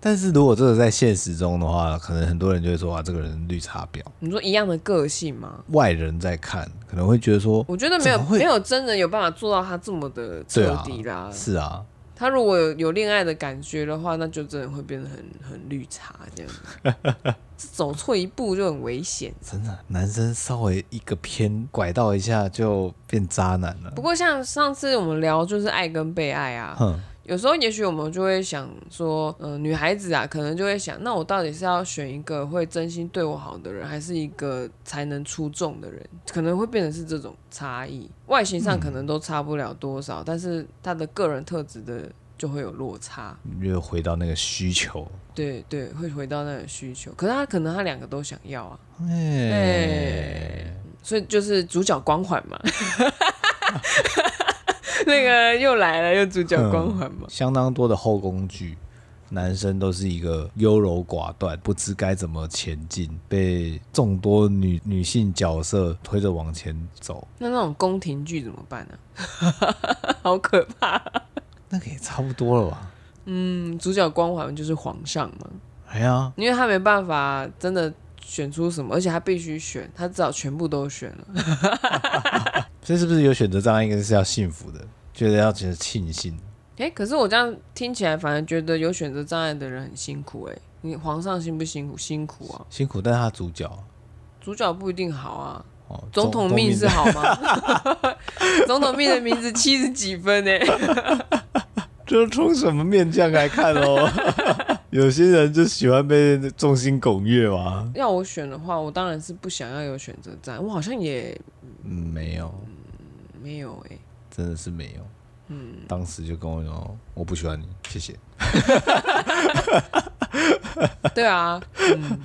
S1: 但是如果这个在现实中的话，可能很多人就会说啊，这个人绿茶婊。
S2: 你说一样的个性吗？
S1: 外人在看，可能会觉得说，
S2: 我觉得没有
S1: 怎么会
S2: 没有真人有办法做到他这么的
S1: 对
S2: 彻
S1: 啊
S2: 底啦。
S1: 是啊，
S2: 他如果有有恋爱的感觉的话，那就真的会变得很很绿茶这样。 这走错一步就很危险。
S1: 真的，男生稍微一个偏拐到一下就变渣男了
S2: 不。过像上次我们聊就是爱跟被爱啊，
S1: 哼，
S2: 有时候也许我们就会想说，嗯、女孩子啊，可能就会想，那我到底是要选一个会真心对我好的人，还是一个才能出众的人？可能会变成是这种差异，外形上可能都差不了多少，但是他的个人特质的就会有落差。
S1: 又回到那个需求，
S2: 对对，会回到那个需求，可是他可能他两个都想要啊，
S1: 哎、
S2: 所以就是主角光环嘛。 那个又来了，又主角光环嘛。
S1: 相当多的后宫剧，男生都是一个优柔寡断，不知该怎么前进，被众多女女性角色推着往前走。
S2: 那那种宫廷剧怎么办呢、 好可怕！
S1: 那个也差不多了吧？
S2: 嗯，主角光环就是皇上嘛，
S1: 哎呀，
S2: 因为他没办法真的选出什么，而且他必须选，他至少全部都选了。
S1: 所以是不是有选择障碍？应该是要幸福的，觉得要觉得庆幸。
S2: 哎、可是我这样听起来，反而觉得有选择障碍的人很辛苦哎、你皇上辛不辛苦？辛苦啊！
S1: 辛苦，但是他主角
S2: 主角不一定好啊，
S1: 哦，
S2: 总统命是好吗？总统命的名字七十几分呢、
S1: 这冲什么面酱来看哦？有些人就喜欢被众星拱月嘛。
S2: 要我选的话，我当然是不想要有选择障碍。我好像也
S1: 嗯，没有，
S2: 没有哎、
S1: 真的是没有。嗯，当时就跟我说，我不喜欢你，谢谢。
S2: 对啊，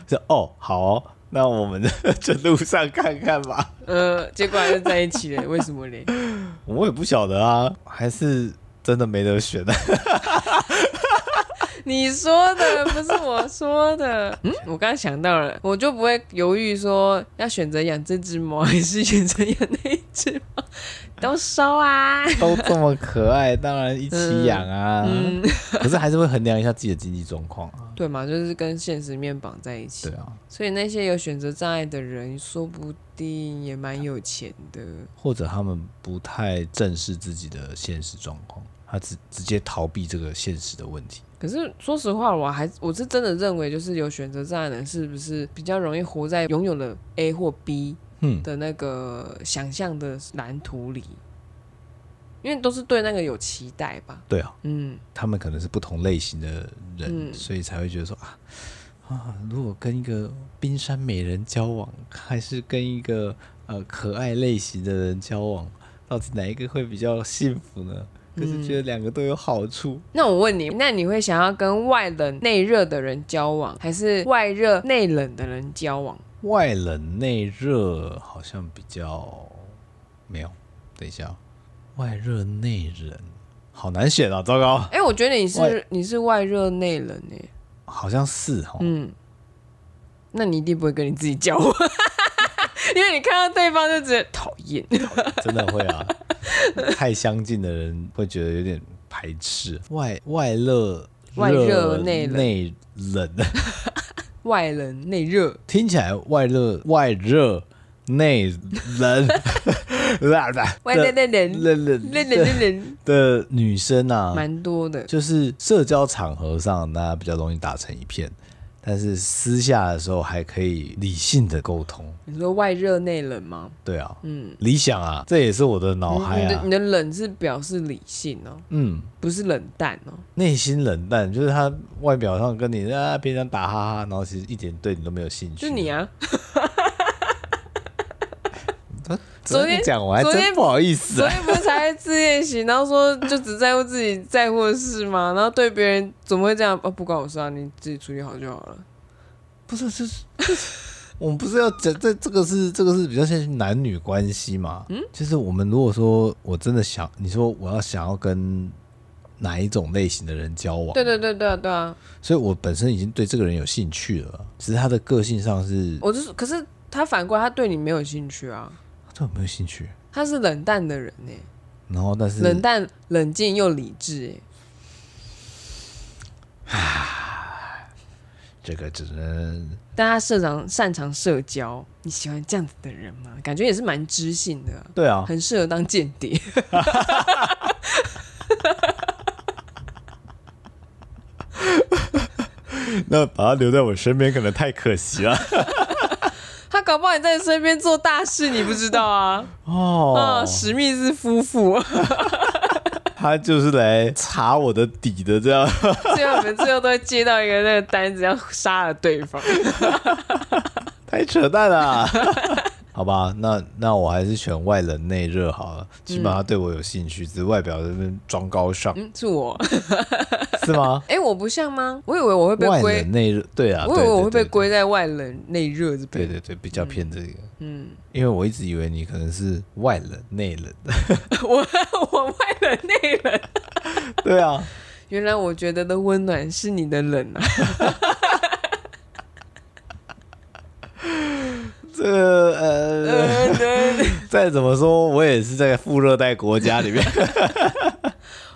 S1: 这哦，好哦那我们就路上看看吧。
S2: 呃，结果还是在一起了，为什么嘞？
S1: 我也不晓得啊，还是真的没得选啊。
S2: 你说的不是我说的。嗯，我刚刚想到了，我就不会犹豫说要选择养这只猫还是选择养那一只 猫，都收啊。
S1: 都这么可爱，当然一起养啊。
S2: 嗯，
S1: 可是还是会衡量一下自己的经济状况啊。
S2: 对嘛，就是跟现实面绑在一起
S1: 对。啊，
S2: 所以那些有选择障碍的人，说不定也蛮有钱的。
S1: 或者他们不太正视自己的现实状况，他直直接逃避这个现实的问题。
S2: 可是说实话，我还我是真的认为，就是有选择障碍的人是不是比较容易活在拥有了 A 或 B
S1: 嗯，
S2: 的那个想象的蓝图里，因为都是对那个有期待吧。
S1: 对啊，
S2: 嗯，
S1: 他们可能是不同类型的人，
S2: 嗯
S1: 所以才会觉得说啊啊，如果跟一个冰山美人交往，还是跟一个呃可爱类型的人交往，到底哪一个会比较幸福呢？可是觉得两个都有好处，
S2: 那我问你，那你会想要跟外冷内热的人交往，还是外热内冷的人交往？
S1: 外冷内热好像比较没有。等一下哦，外热内冷，好难选啊！糟糕，
S2: 哎、我觉得你
S1: 外
S2: 是你是外热内冷哎、
S1: 好像是哦。
S2: 嗯， 那你一定不会跟你自己交往， 因为你看到对方就直接讨厌。
S1: 真的会啊，太相近的人会觉得有点排斥。外外热，
S2: 外热内冷
S1: 内冷，
S2: 外冷内热，
S1: 听起来外热外热内冷，啦啦
S2: 外冷
S1: 的
S2: 内冷，
S1: 冷冷
S2: 内冷内冷，
S1: 的女生啊，
S2: 蛮多的。
S1: 就是社交场合上大家比较容易打成一片，但是私下的时候还可以理性的沟通。
S2: 你说外热内冷吗？
S1: 对啊，
S2: 嗯，
S1: 理想啊，这也是我的脑
S2: 你
S1: 海
S2: 你的
S1: 啊
S2: 你，的冷是表示理性哦，
S1: 嗯。
S2: 不是冷淡哦。
S1: 内心冷淡，就是他外表上跟你啊平常打哈哈，然后其实一点对你都没有兴趣。
S2: 就你啊，
S1: 昨
S2: 昨天
S1: 讲我还
S2: 昨
S1: 真
S2: 天
S1: 不好意思
S2: 所
S1: 啊。
S2: 以不是才自恋型，然后说就只在乎自己在乎的事吗？然后对别人怎么会这样？啊，不关我事啊，你自己处理好就好了。
S1: 不是，就是就是我们不是要讲这这个是这个是比较像是男女关系嘛？嗯，就是我们如果说我真的想，你说我要想要跟哪一种类型的人交往，
S2: 对对对对啊对啊，
S1: 所以我本身已经对这个人有兴趣了，只是他的个性上是
S2: 我就是，可是他反过来，他对你没有兴趣啊，
S1: 对我没有兴趣，
S2: 他是冷淡的人呢、
S1: 然后但是
S2: 冷淡、冷静又理智、欸，
S1: 这个只能
S2: 但他社长擅长社交，你喜欢这样子的人吗？感觉也是蛮知性的啊、
S1: 对啊，
S2: 很适合当间谍。
S1: 那把他留在我身边可能太可惜 了。
S2: 他搞不好也在你身边做大事，你不知道啊。
S1: 哦
S2: 啊，，史密斯夫妇，
S1: 他就是来查我的底的，这样
S2: 最后我们最后都会接到一个那个单子，要杀了对方。
S1: 太扯淡了 啊。好吧，那那我还是选外冷内热好了，起码他对我有兴趣，只是外表这边装高 尚
S2: 嗯，是我。
S1: 是吗？
S2: 哎、我不像吗？我以为我会被
S1: 外
S2: 归
S1: 冷，内热，对啊，
S2: 我以为
S1: 对
S2: 我会被，归
S1: 对
S2: 在外冷内热这
S1: 对
S2: 边。
S1: 对对对，比较偏这个，
S2: 嗯，
S1: 因为我一直以为你可能是外冷内 冷的，
S2: 我我外冷内冷。
S1: 对啊，
S2: 原来我觉得的温暖是你的冷 啊！
S1: 这个呃，
S2: 呃对
S1: 再怎么说，我也是在副热带国家 里面，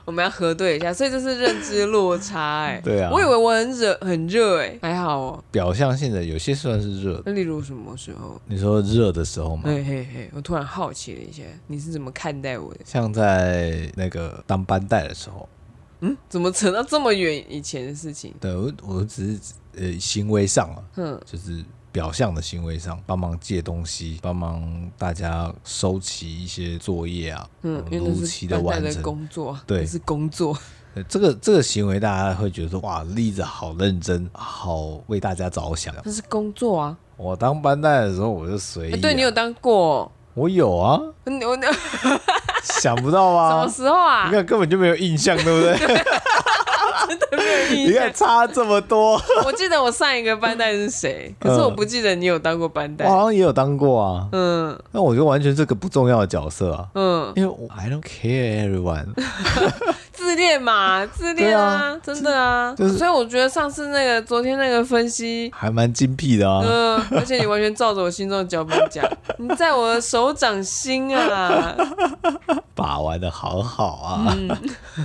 S2: 我们要核对一下，所以这是认知落差哎、
S1: 对啊
S2: 我以为我很热很热哎、还好哦、
S1: 表象性的有些算是热的，
S2: 那例如什么时候？
S1: 你说热的时候吗？
S2: 嘿嘿嘿，我突然好奇了一下，你是怎么看待我的？
S1: 像在那个当班带的时候，
S2: 嗯，怎么扯到这么远以前的事情？
S1: 对我我只是呃行为上啊，
S2: 哼，
S1: 就是表象的行为上，帮忙借东西，帮忙大家收齐一些作业啊，
S2: 嗯，因为
S1: 如
S2: 那
S1: 期
S2: 是
S1: 的
S2: 班代
S1: 完
S2: 的
S1: 成。
S2: 工作，啊
S1: 对
S2: 那是工作，
S1: 对这个这个行为，大家会觉得说哇，栗子好认真，好为大家着想。
S2: 那是工作啊。
S1: 我当班带的时候，我就随意、啊
S2: 哎对你有，当过？哦
S1: 我有啊，
S2: 你我 什
S1: 想不到
S2: 么
S1: 啊，
S2: 时候啊
S1: 你？看根本就没有印象，对 不对？你看差这么多，
S2: 我记得我上一个班带是
S1: 嗯
S2: 谁，可是我不记得你有当过班
S1: 我
S2: 带。
S1: 好像也有当过啊，
S2: 嗯
S1: 那我就完全是个不重要的角色啊，
S2: 嗯，
S1: 因为我 I don't care everyone。
S2: 自恋嘛，自恋啊，
S1: 对啊
S2: 真的啊。
S1: 就是
S2: 所以我觉得上次那个昨天那个分析。
S1: 还蛮精辟的啊。
S2: 嗯，而且你完全照着我心中的脚本讲，你在我的手掌心啊，
S1: 把玩的好好啊，
S2: 嗯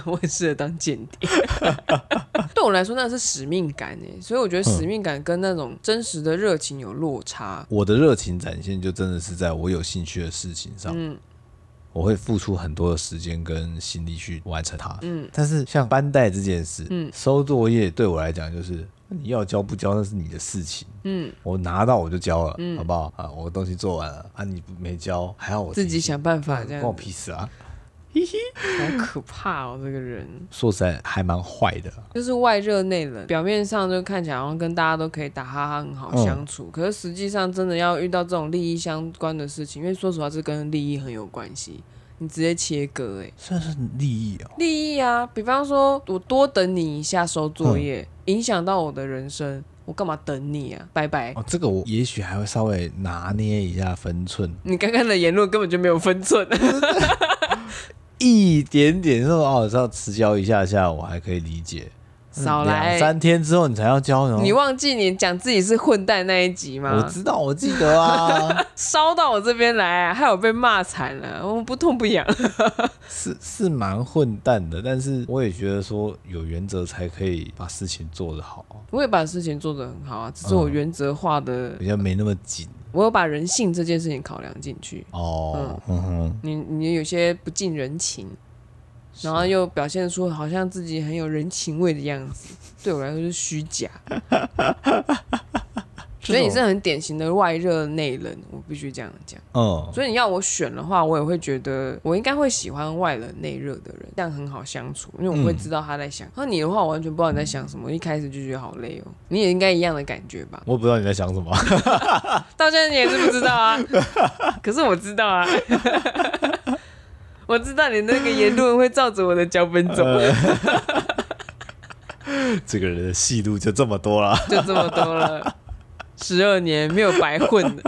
S2: 我很适合当间谍。 对我来说，那是使命感诶，所以我觉得
S1: 嗯
S2: 使命感跟那种真实的热情有落差。
S1: 我的热情展现就真的是在我有兴趣的事情上，
S2: 嗯
S1: 我会付出很多的时间跟心力去完成它。
S2: 嗯
S1: 但是像班带这件事，
S2: 嗯
S1: 收作业对我来讲就是你要交不交那是你的事情，
S2: 嗯，
S1: 我拿到我就交了，好不好啊？我东西做完了啊，你没交还要我
S2: 自己想办法这
S1: 关
S2: 样
S1: 我
S2: 子，
S1: 屁事啊！
S2: 好可怕哦，这个人
S1: 说实在还蛮坏的，
S2: 就是外热内冷，表面上就看起来好像跟大家都可以打哈哈很
S1: 嗯
S2: 好相处，可是实际上真的要遇到这种利益相关的事情，因为说实话，这跟利益很有关系，你直接切割欸诶。
S1: 算是利益哦。
S2: 利益啊，比方说我多等你一下收作业，影响到我的人生，我干嘛等你啊？拜拜！
S1: 哦，这个我也许还会稍微拿捏一下分寸，
S2: 你刚刚的言论根本就没有分寸。
S1: 嗯一点点说哦，知道迟交一下下，我还可以理解。
S2: 少来
S1: 两三天之后你才要交呢。
S2: 你忘记你讲自己是混蛋那一集
S1: 我
S2: 吗？
S1: 知道，我记得啊，
S2: 烧到我这边来、害我被骂惨了，我不痛不痒。
S1: 是是蛮混蛋的，但是我也觉得说有原则才可以把事情做得好，
S2: 我也把事情做得很好啊，只是
S1: 嗯
S2: 我原则化的，
S1: 比较没那么紧
S2: 我有把人性这件事情考量进去。
S1: 哦。嗯哼，
S2: 你你有些不近人情，然后又表现出好像自己很有人情味的样子，对我来说是虚假。
S1: 哦
S2: 所以你是很典型的外热内冷，我必须这样讲。
S1: 嗯，
S2: 所以你要我选的话，我也会觉得我应该会喜欢外冷内热的人，这样很好相处，因为我会知道他在想。那、你的话，我完全不知道你在想什么，一开始就觉得好累哦。你也应该一样的感觉吧？
S1: 我也不知道你在想 什么，
S2: 到现在你也是不知道啊，可是我知道啊， 我知道你那个言论会照着我的脚本走，
S1: 这个人的戏路就这么多了。
S2: 就这么多了，十二年没有白混的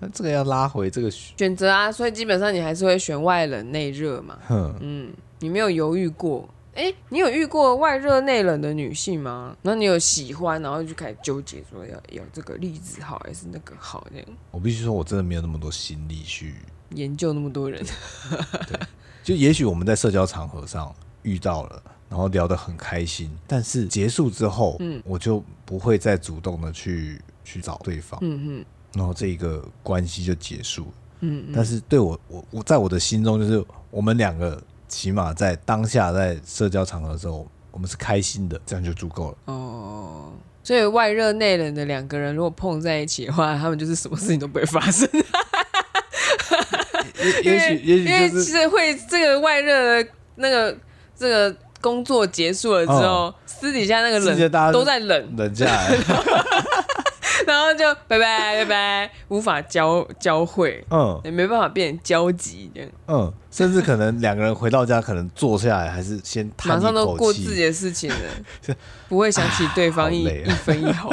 S1: 那这个要拉回这个学，
S2: 选择啊，所以基本上你还是会选外冷内热嘛，
S1: 哼，
S2: 嗯，你没有犹豫过。哎、你有遇过外热内冷的女性吗？那你有喜欢，然后就开始纠结说要要这个例子好还是那个好，这样
S1: 我必须说，我真的没有那么多心力去
S2: 研究那么 多人，
S1: 就也许我们在社交场合上遇到了，然后聊得很开心，但是结束之后，嗯，我就不会再主动的去去找对方，
S2: 嗯嗯
S1: 然后这一个关系就结束了。
S2: 嗯
S1: 但是对我，我我在我的心中就是我们两个起码在当下在社交场合的时候，我们是开心的，这样就足够了。
S2: 哦，所以外热内冷的两个人如果碰在一起的话，他们就是什么事情都不会发生。
S1: 也也许
S2: 因为因
S1: 也
S2: 为
S1: 许就是
S2: 其实会这个外热的那个这个工作结束了之后，
S1: 哦
S2: 私底下那个
S1: 私底下
S2: 冷
S1: 大家都
S2: 都在冷，
S1: 冷下来，
S2: 然后就拜拜拜拜，无法交交汇，
S1: 嗯
S2: 也没办法变成交集这样，
S1: 嗯，甚至可能两个人回到家，可能坐下来还是先叹
S2: 马
S1: 一
S2: 上都
S1: 口
S2: 过
S1: 气
S2: 自己的事情 了，不会想起对方一、
S1: 好累啊
S2: 一分一毫。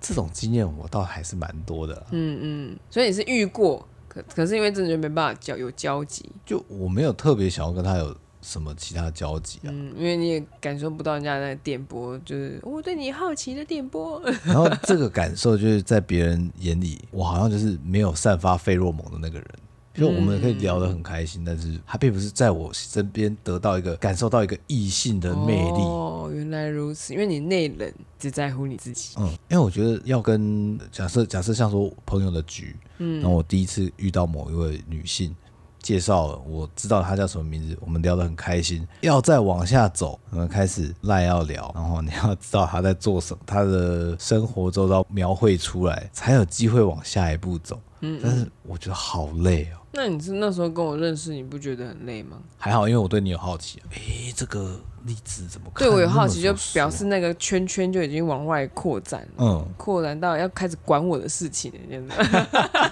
S1: 这种经验我倒还是蛮多的啦，
S2: 嗯嗯， 所以你是遇过，可可是因为真的就没办法交有交集，
S1: 就我没有特别想要跟他有什么其他交集啊。
S2: 嗯，因为你也感受不到人家那个电波，就是我对你好奇的电波。
S1: 然后这个感受就是在别人眼里，我好像就是没有散发费洛蒙的那个人。就我们可以聊得很开心，但是他并不是在我身边得到一个感受到一个异性的魅力。
S2: 哦，原来如此，因为你内冷，只在乎你自己。
S1: 嗯，因为我觉得要跟假设假设像说朋友的局，嗯，然后我第一次遇到某一位女性，介绍了我知道她叫什么名字，我们聊得很开心。要再往下走，我们开始赖要聊，然后你要知道她在做什么，她的生活
S2: 嗯
S1: 周遭描绘出来，才有机会往下一步走。嗯但是我觉得好累哦，
S2: 那你是那时候跟我认识，你不觉得很累吗？
S1: 还好，因为我对你有好奇。啊诶，这个例子怎么看？
S2: 对我有好奇，
S1: 那
S2: 就
S1: 么说
S2: 表示那个圈圈就已经往外扩展了，
S1: 嗯，
S2: 扩展到要开始管我的事情了，这样子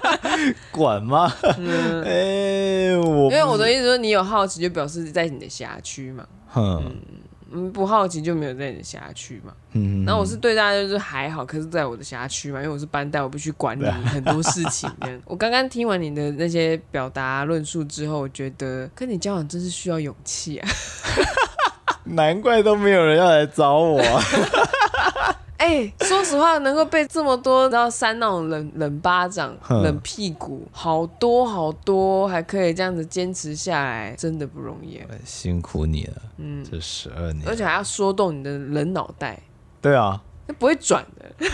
S1: 管吗？ 诶，我
S2: 嗯因为我的意思说，你有好奇就表示在你的辖区嘛，
S1: 哼
S2: 嗯，不好奇就没有在你的辖区嘛。
S1: 嗯，
S2: 然后我是对大家就是还好，可是在我的辖区嘛，因为我是班带，我必须管理很多事情。这样，我刚刚听完你的那些表达论述之后，我觉得跟你交往真是需要勇气啊！
S1: 难怪都没有人要来找我啊。
S2: 哎、说实话，能够被这么多然后扇那种冷冷巴掌、
S1: 哼
S2: 冷屁股，好多好多，还可以这样子坚持下来，真的不容易啊。
S1: 辛苦你了，
S2: 嗯，
S1: 这十二年
S2: 而。且还要说动你的人脑袋，
S1: 对啊，
S2: 那不会转的。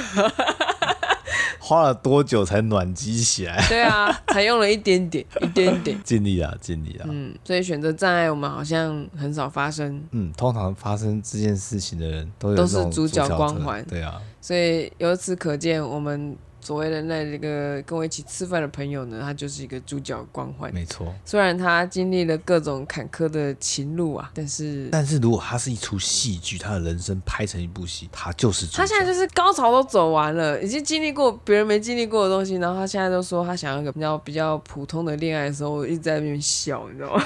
S1: 花了多久才暖机起来？
S2: 对啊，才用了一点点，一点点。
S1: 尽力啊，尽力啊。
S2: 嗯，所以选择障碍我们好像很少发生，
S1: 嗯，通常发生这件事情的人都有
S2: 都是
S1: 这种
S2: 主
S1: 主
S2: 角
S1: 角
S2: 光
S1: 特
S2: 环
S1: 对啊，
S2: 所以由此可见，我们所谓的那个跟我一起吃饭的朋友呢，他就是一个主角光环。
S1: 没错。
S2: 虽然他经历了各种坎坷的情路啊，但是
S1: 但是如果他是一出戏剧，他的人生拍成一部戏，他就是主角。
S2: 他现在就是高潮都走完了，已经经历过别人没经历过的东西，然后他现在都说他想要一个比较比较普通的恋爱的时候，我一直在那边笑，你知道吗？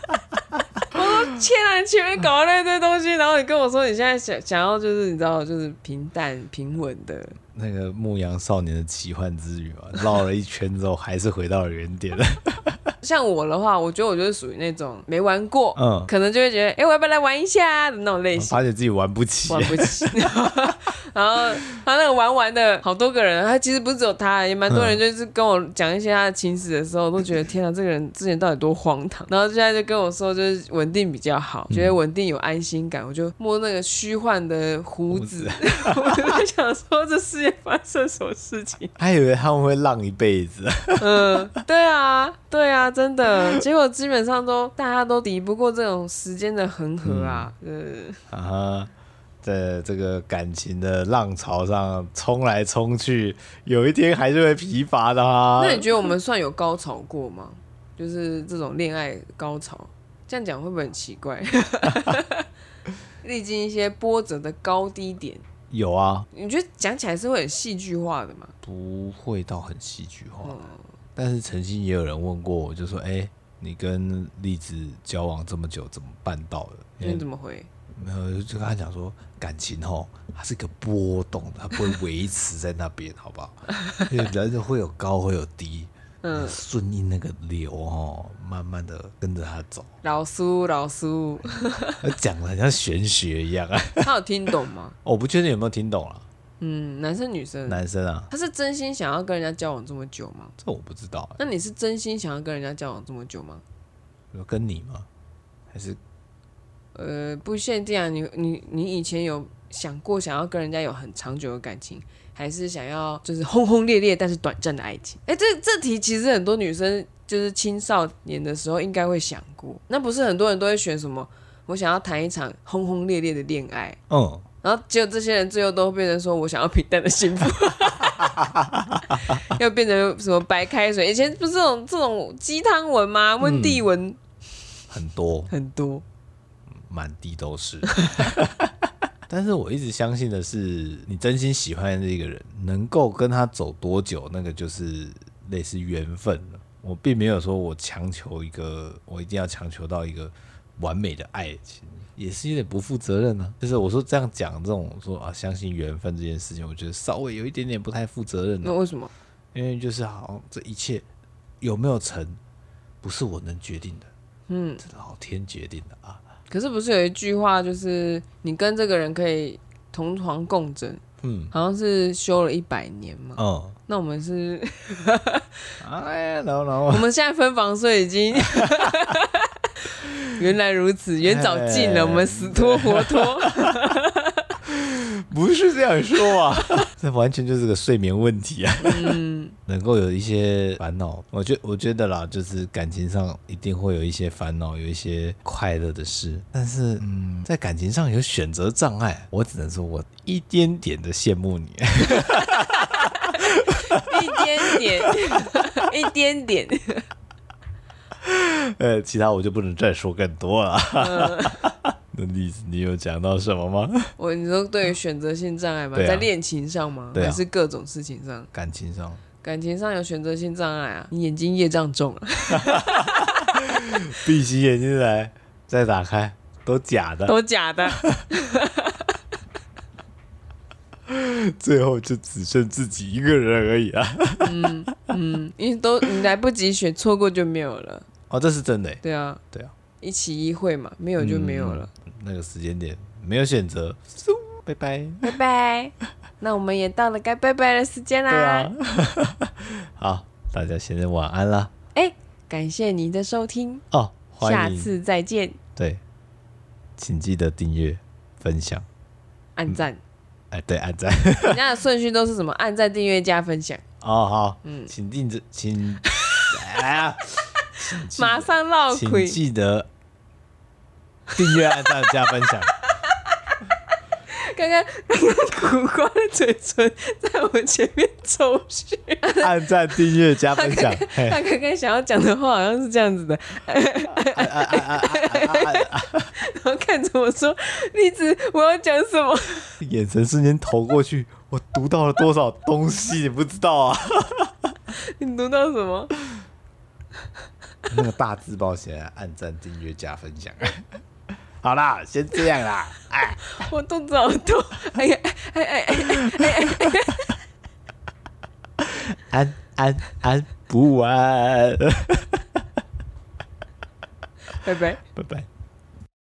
S2: 我说天啊，你前面搞了一堆东西，然后你跟我说你现在想想要就是你知道就是平淡平稳的，
S1: 那个《牧羊少年的奇幻之旅》嘛， 绕了一圈之后还是回到了原点。
S2: 像我的话，我觉得我就是属于那种没玩过，
S1: 嗯，
S2: 可能就会觉得哎、诶我要不要来玩一下的那种类型。
S1: 发现自己玩不起
S2: 玩。不起。 然后他那个玩玩的好多个人，他其实不是只有他，也蛮多人就是跟我讲一些他的情史的时候，我都觉得天啊，这个人之前到底多荒唐。然后现在就跟我说，就是稳定比较好，觉得稳定有安心感。我就摸那个虚幻的胡 子， 我就在想说这世界发生什么事情。
S1: 他以为他们会浪一辈子，
S2: 嗯，对啊，对啊，真的，结果基本上都大家都抵不过这种时间的恒河啊，呃，
S1: 啊哈，在这个感情的浪潮上冲来冲去，有一天还是会疲乏的啊。
S2: 那你觉得我们算有高潮过吗？就是这种恋爱高潮，这样讲会不会很奇怪？ 历经一些波折的高低点，
S1: 有啊，
S2: 你觉得讲起来是会很戏剧化的吗？
S1: 不会到很戏剧化，
S2: 嗯
S1: 但是曾经也有人问过我，就说：“哎、你跟栗子交往这么久，怎么办到的？”因为
S2: 你怎么回？
S1: 没有，就跟他讲说，感情哦，它是一个波动的，它不会维持在那边，好 不好？因为人会有高，会有低，嗯，顺应那个流哦，慢慢的跟着它走。
S2: 老苏，老苏，
S1: 讲的像玄学一样啊，
S2: 他有听懂吗？
S1: 我不确定有没有听懂啦，
S2: 嗯，男生女生，
S1: 男生啊，
S2: 他是真心想要跟人家交往这么久吗？
S1: 这我不知道、啊
S2: 那你是真心想要跟人家交往这么久吗？
S1: 有跟你吗？还是
S2: 呃，不限定啊，你你你以前有想过想要跟人家有很长久的感情，还是想要就是 轰轰烈烈但是短暂的爱情？哎、这这题其实很多女生就是青少年的时候应该会想过，那不是很多人都会选什么？我想要谈一场轰轰烈烈的恋爱，
S1: 嗯，
S2: 然后结果这些人最后都变成说我想要平淡的幸福， 又变成什么白开水？以前不是这种这种鸡汤文吗？温蒂文
S1: 很多，
S2: 很多，
S1: 满地都是。 但是我一直相信的是，你真心喜欢这个人，能够跟他走多久，那个就是类似缘分了。我并没有说我强求一个，我一定要强求到一个完美的爱情，也是有点不负责任呢、就是我说这样讲这种说啊，相信缘分这件事情，我觉得稍微有一点点不太负责任、
S2: 那
S1: 啊，
S2: 为什么？
S1: 因为就是好像这一切有没有成，不是我能决定的，
S2: 嗯，
S1: 这老天决定的啊。
S2: 可是不是有一句话，就是你跟这个人可以同床共枕，
S1: 嗯
S2: 好像是修了一百年嘛？
S1: 嗯。
S2: 那我们是，
S1: 哎，然后然
S2: 我
S1: 后
S2: 们现在分房睡已经，原来如此，远早近了，我们死拖活拖。
S1: 不是这样说啊，这完全就是个睡眠问题啊。
S2: 嗯，
S1: 能够有一些烦恼，我觉我觉得啦，就是感情上一定会有一些烦恼，有一些快乐的事，但是嗯，在感情上有选择障碍，我只能说我一点点的羡慕你。
S2: 一点点，一点点。
S1: 呃，其他我就不能再说更多了。 那你你有讲到什么吗？
S2: 我你说对于选择性障碍吗？
S1: 对啊
S2: 在恋情上吗？
S1: 对啊
S2: 还是各种事情上？
S1: 感情上，
S2: 感情上有选择性障碍啊？你眼睛业障重啊了，
S1: 闭起眼睛来，再打开，都假的，
S2: 都假 的。
S1: 最后就只剩自己一个人而已啊。
S2: 嗯，因为都你来不及选，错过就没有了。
S1: 哦，这是真的欸，
S2: 对啊，
S1: 对啊，
S2: 一期一会嘛，没有
S1: 嗯
S2: 就没有了，
S1: 那个时间点没有选择，嗖拜拜。
S2: 拜拜。 那我们也到了该拜拜的时间啦。
S1: 对啊， 好，大家先晚安啦。
S2: 哎，感谢您的收听，
S1: 哦，
S2: 下
S1: 欢迎
S2: 次再见，
S1: 对，请记得订阅、分享，
S2: 按赞。
S1: 哎，对，按赞。
S2: 人家的顺序都是什么？按赞、订阅、加分享，
S1: 哦，好，
S2: 嗯
S1: 请定制， 请，哎呀，请记
S2: 马上绕
S1: 请
S2: 回。
S1: 记得订阅、按赞、加 分享。
S2: 刚刚 刚刚苦瓜的嘴唇在我前面抽 血，
S1: 按赞、订阅、加分 享，嘿，啊
S2: 他刚刚想要讲的话好像是这 样子的，
S1: 按按按按按按按按，
S2: 然后看着我说：“栗子，我要讲什么
S1: 眼神瞬间投过去，我读到了多少东西，你不知道啊？？”
S2: 你读到什么？
S1: 那个大字报写来按赞、订阅、加分享。好啦，先这样啦，哎，
S2: 我肚子好痛！哎呀，哎哎哎，
S1: 安安安，不晚，
S2: 拜拜。
S1: 拜拜。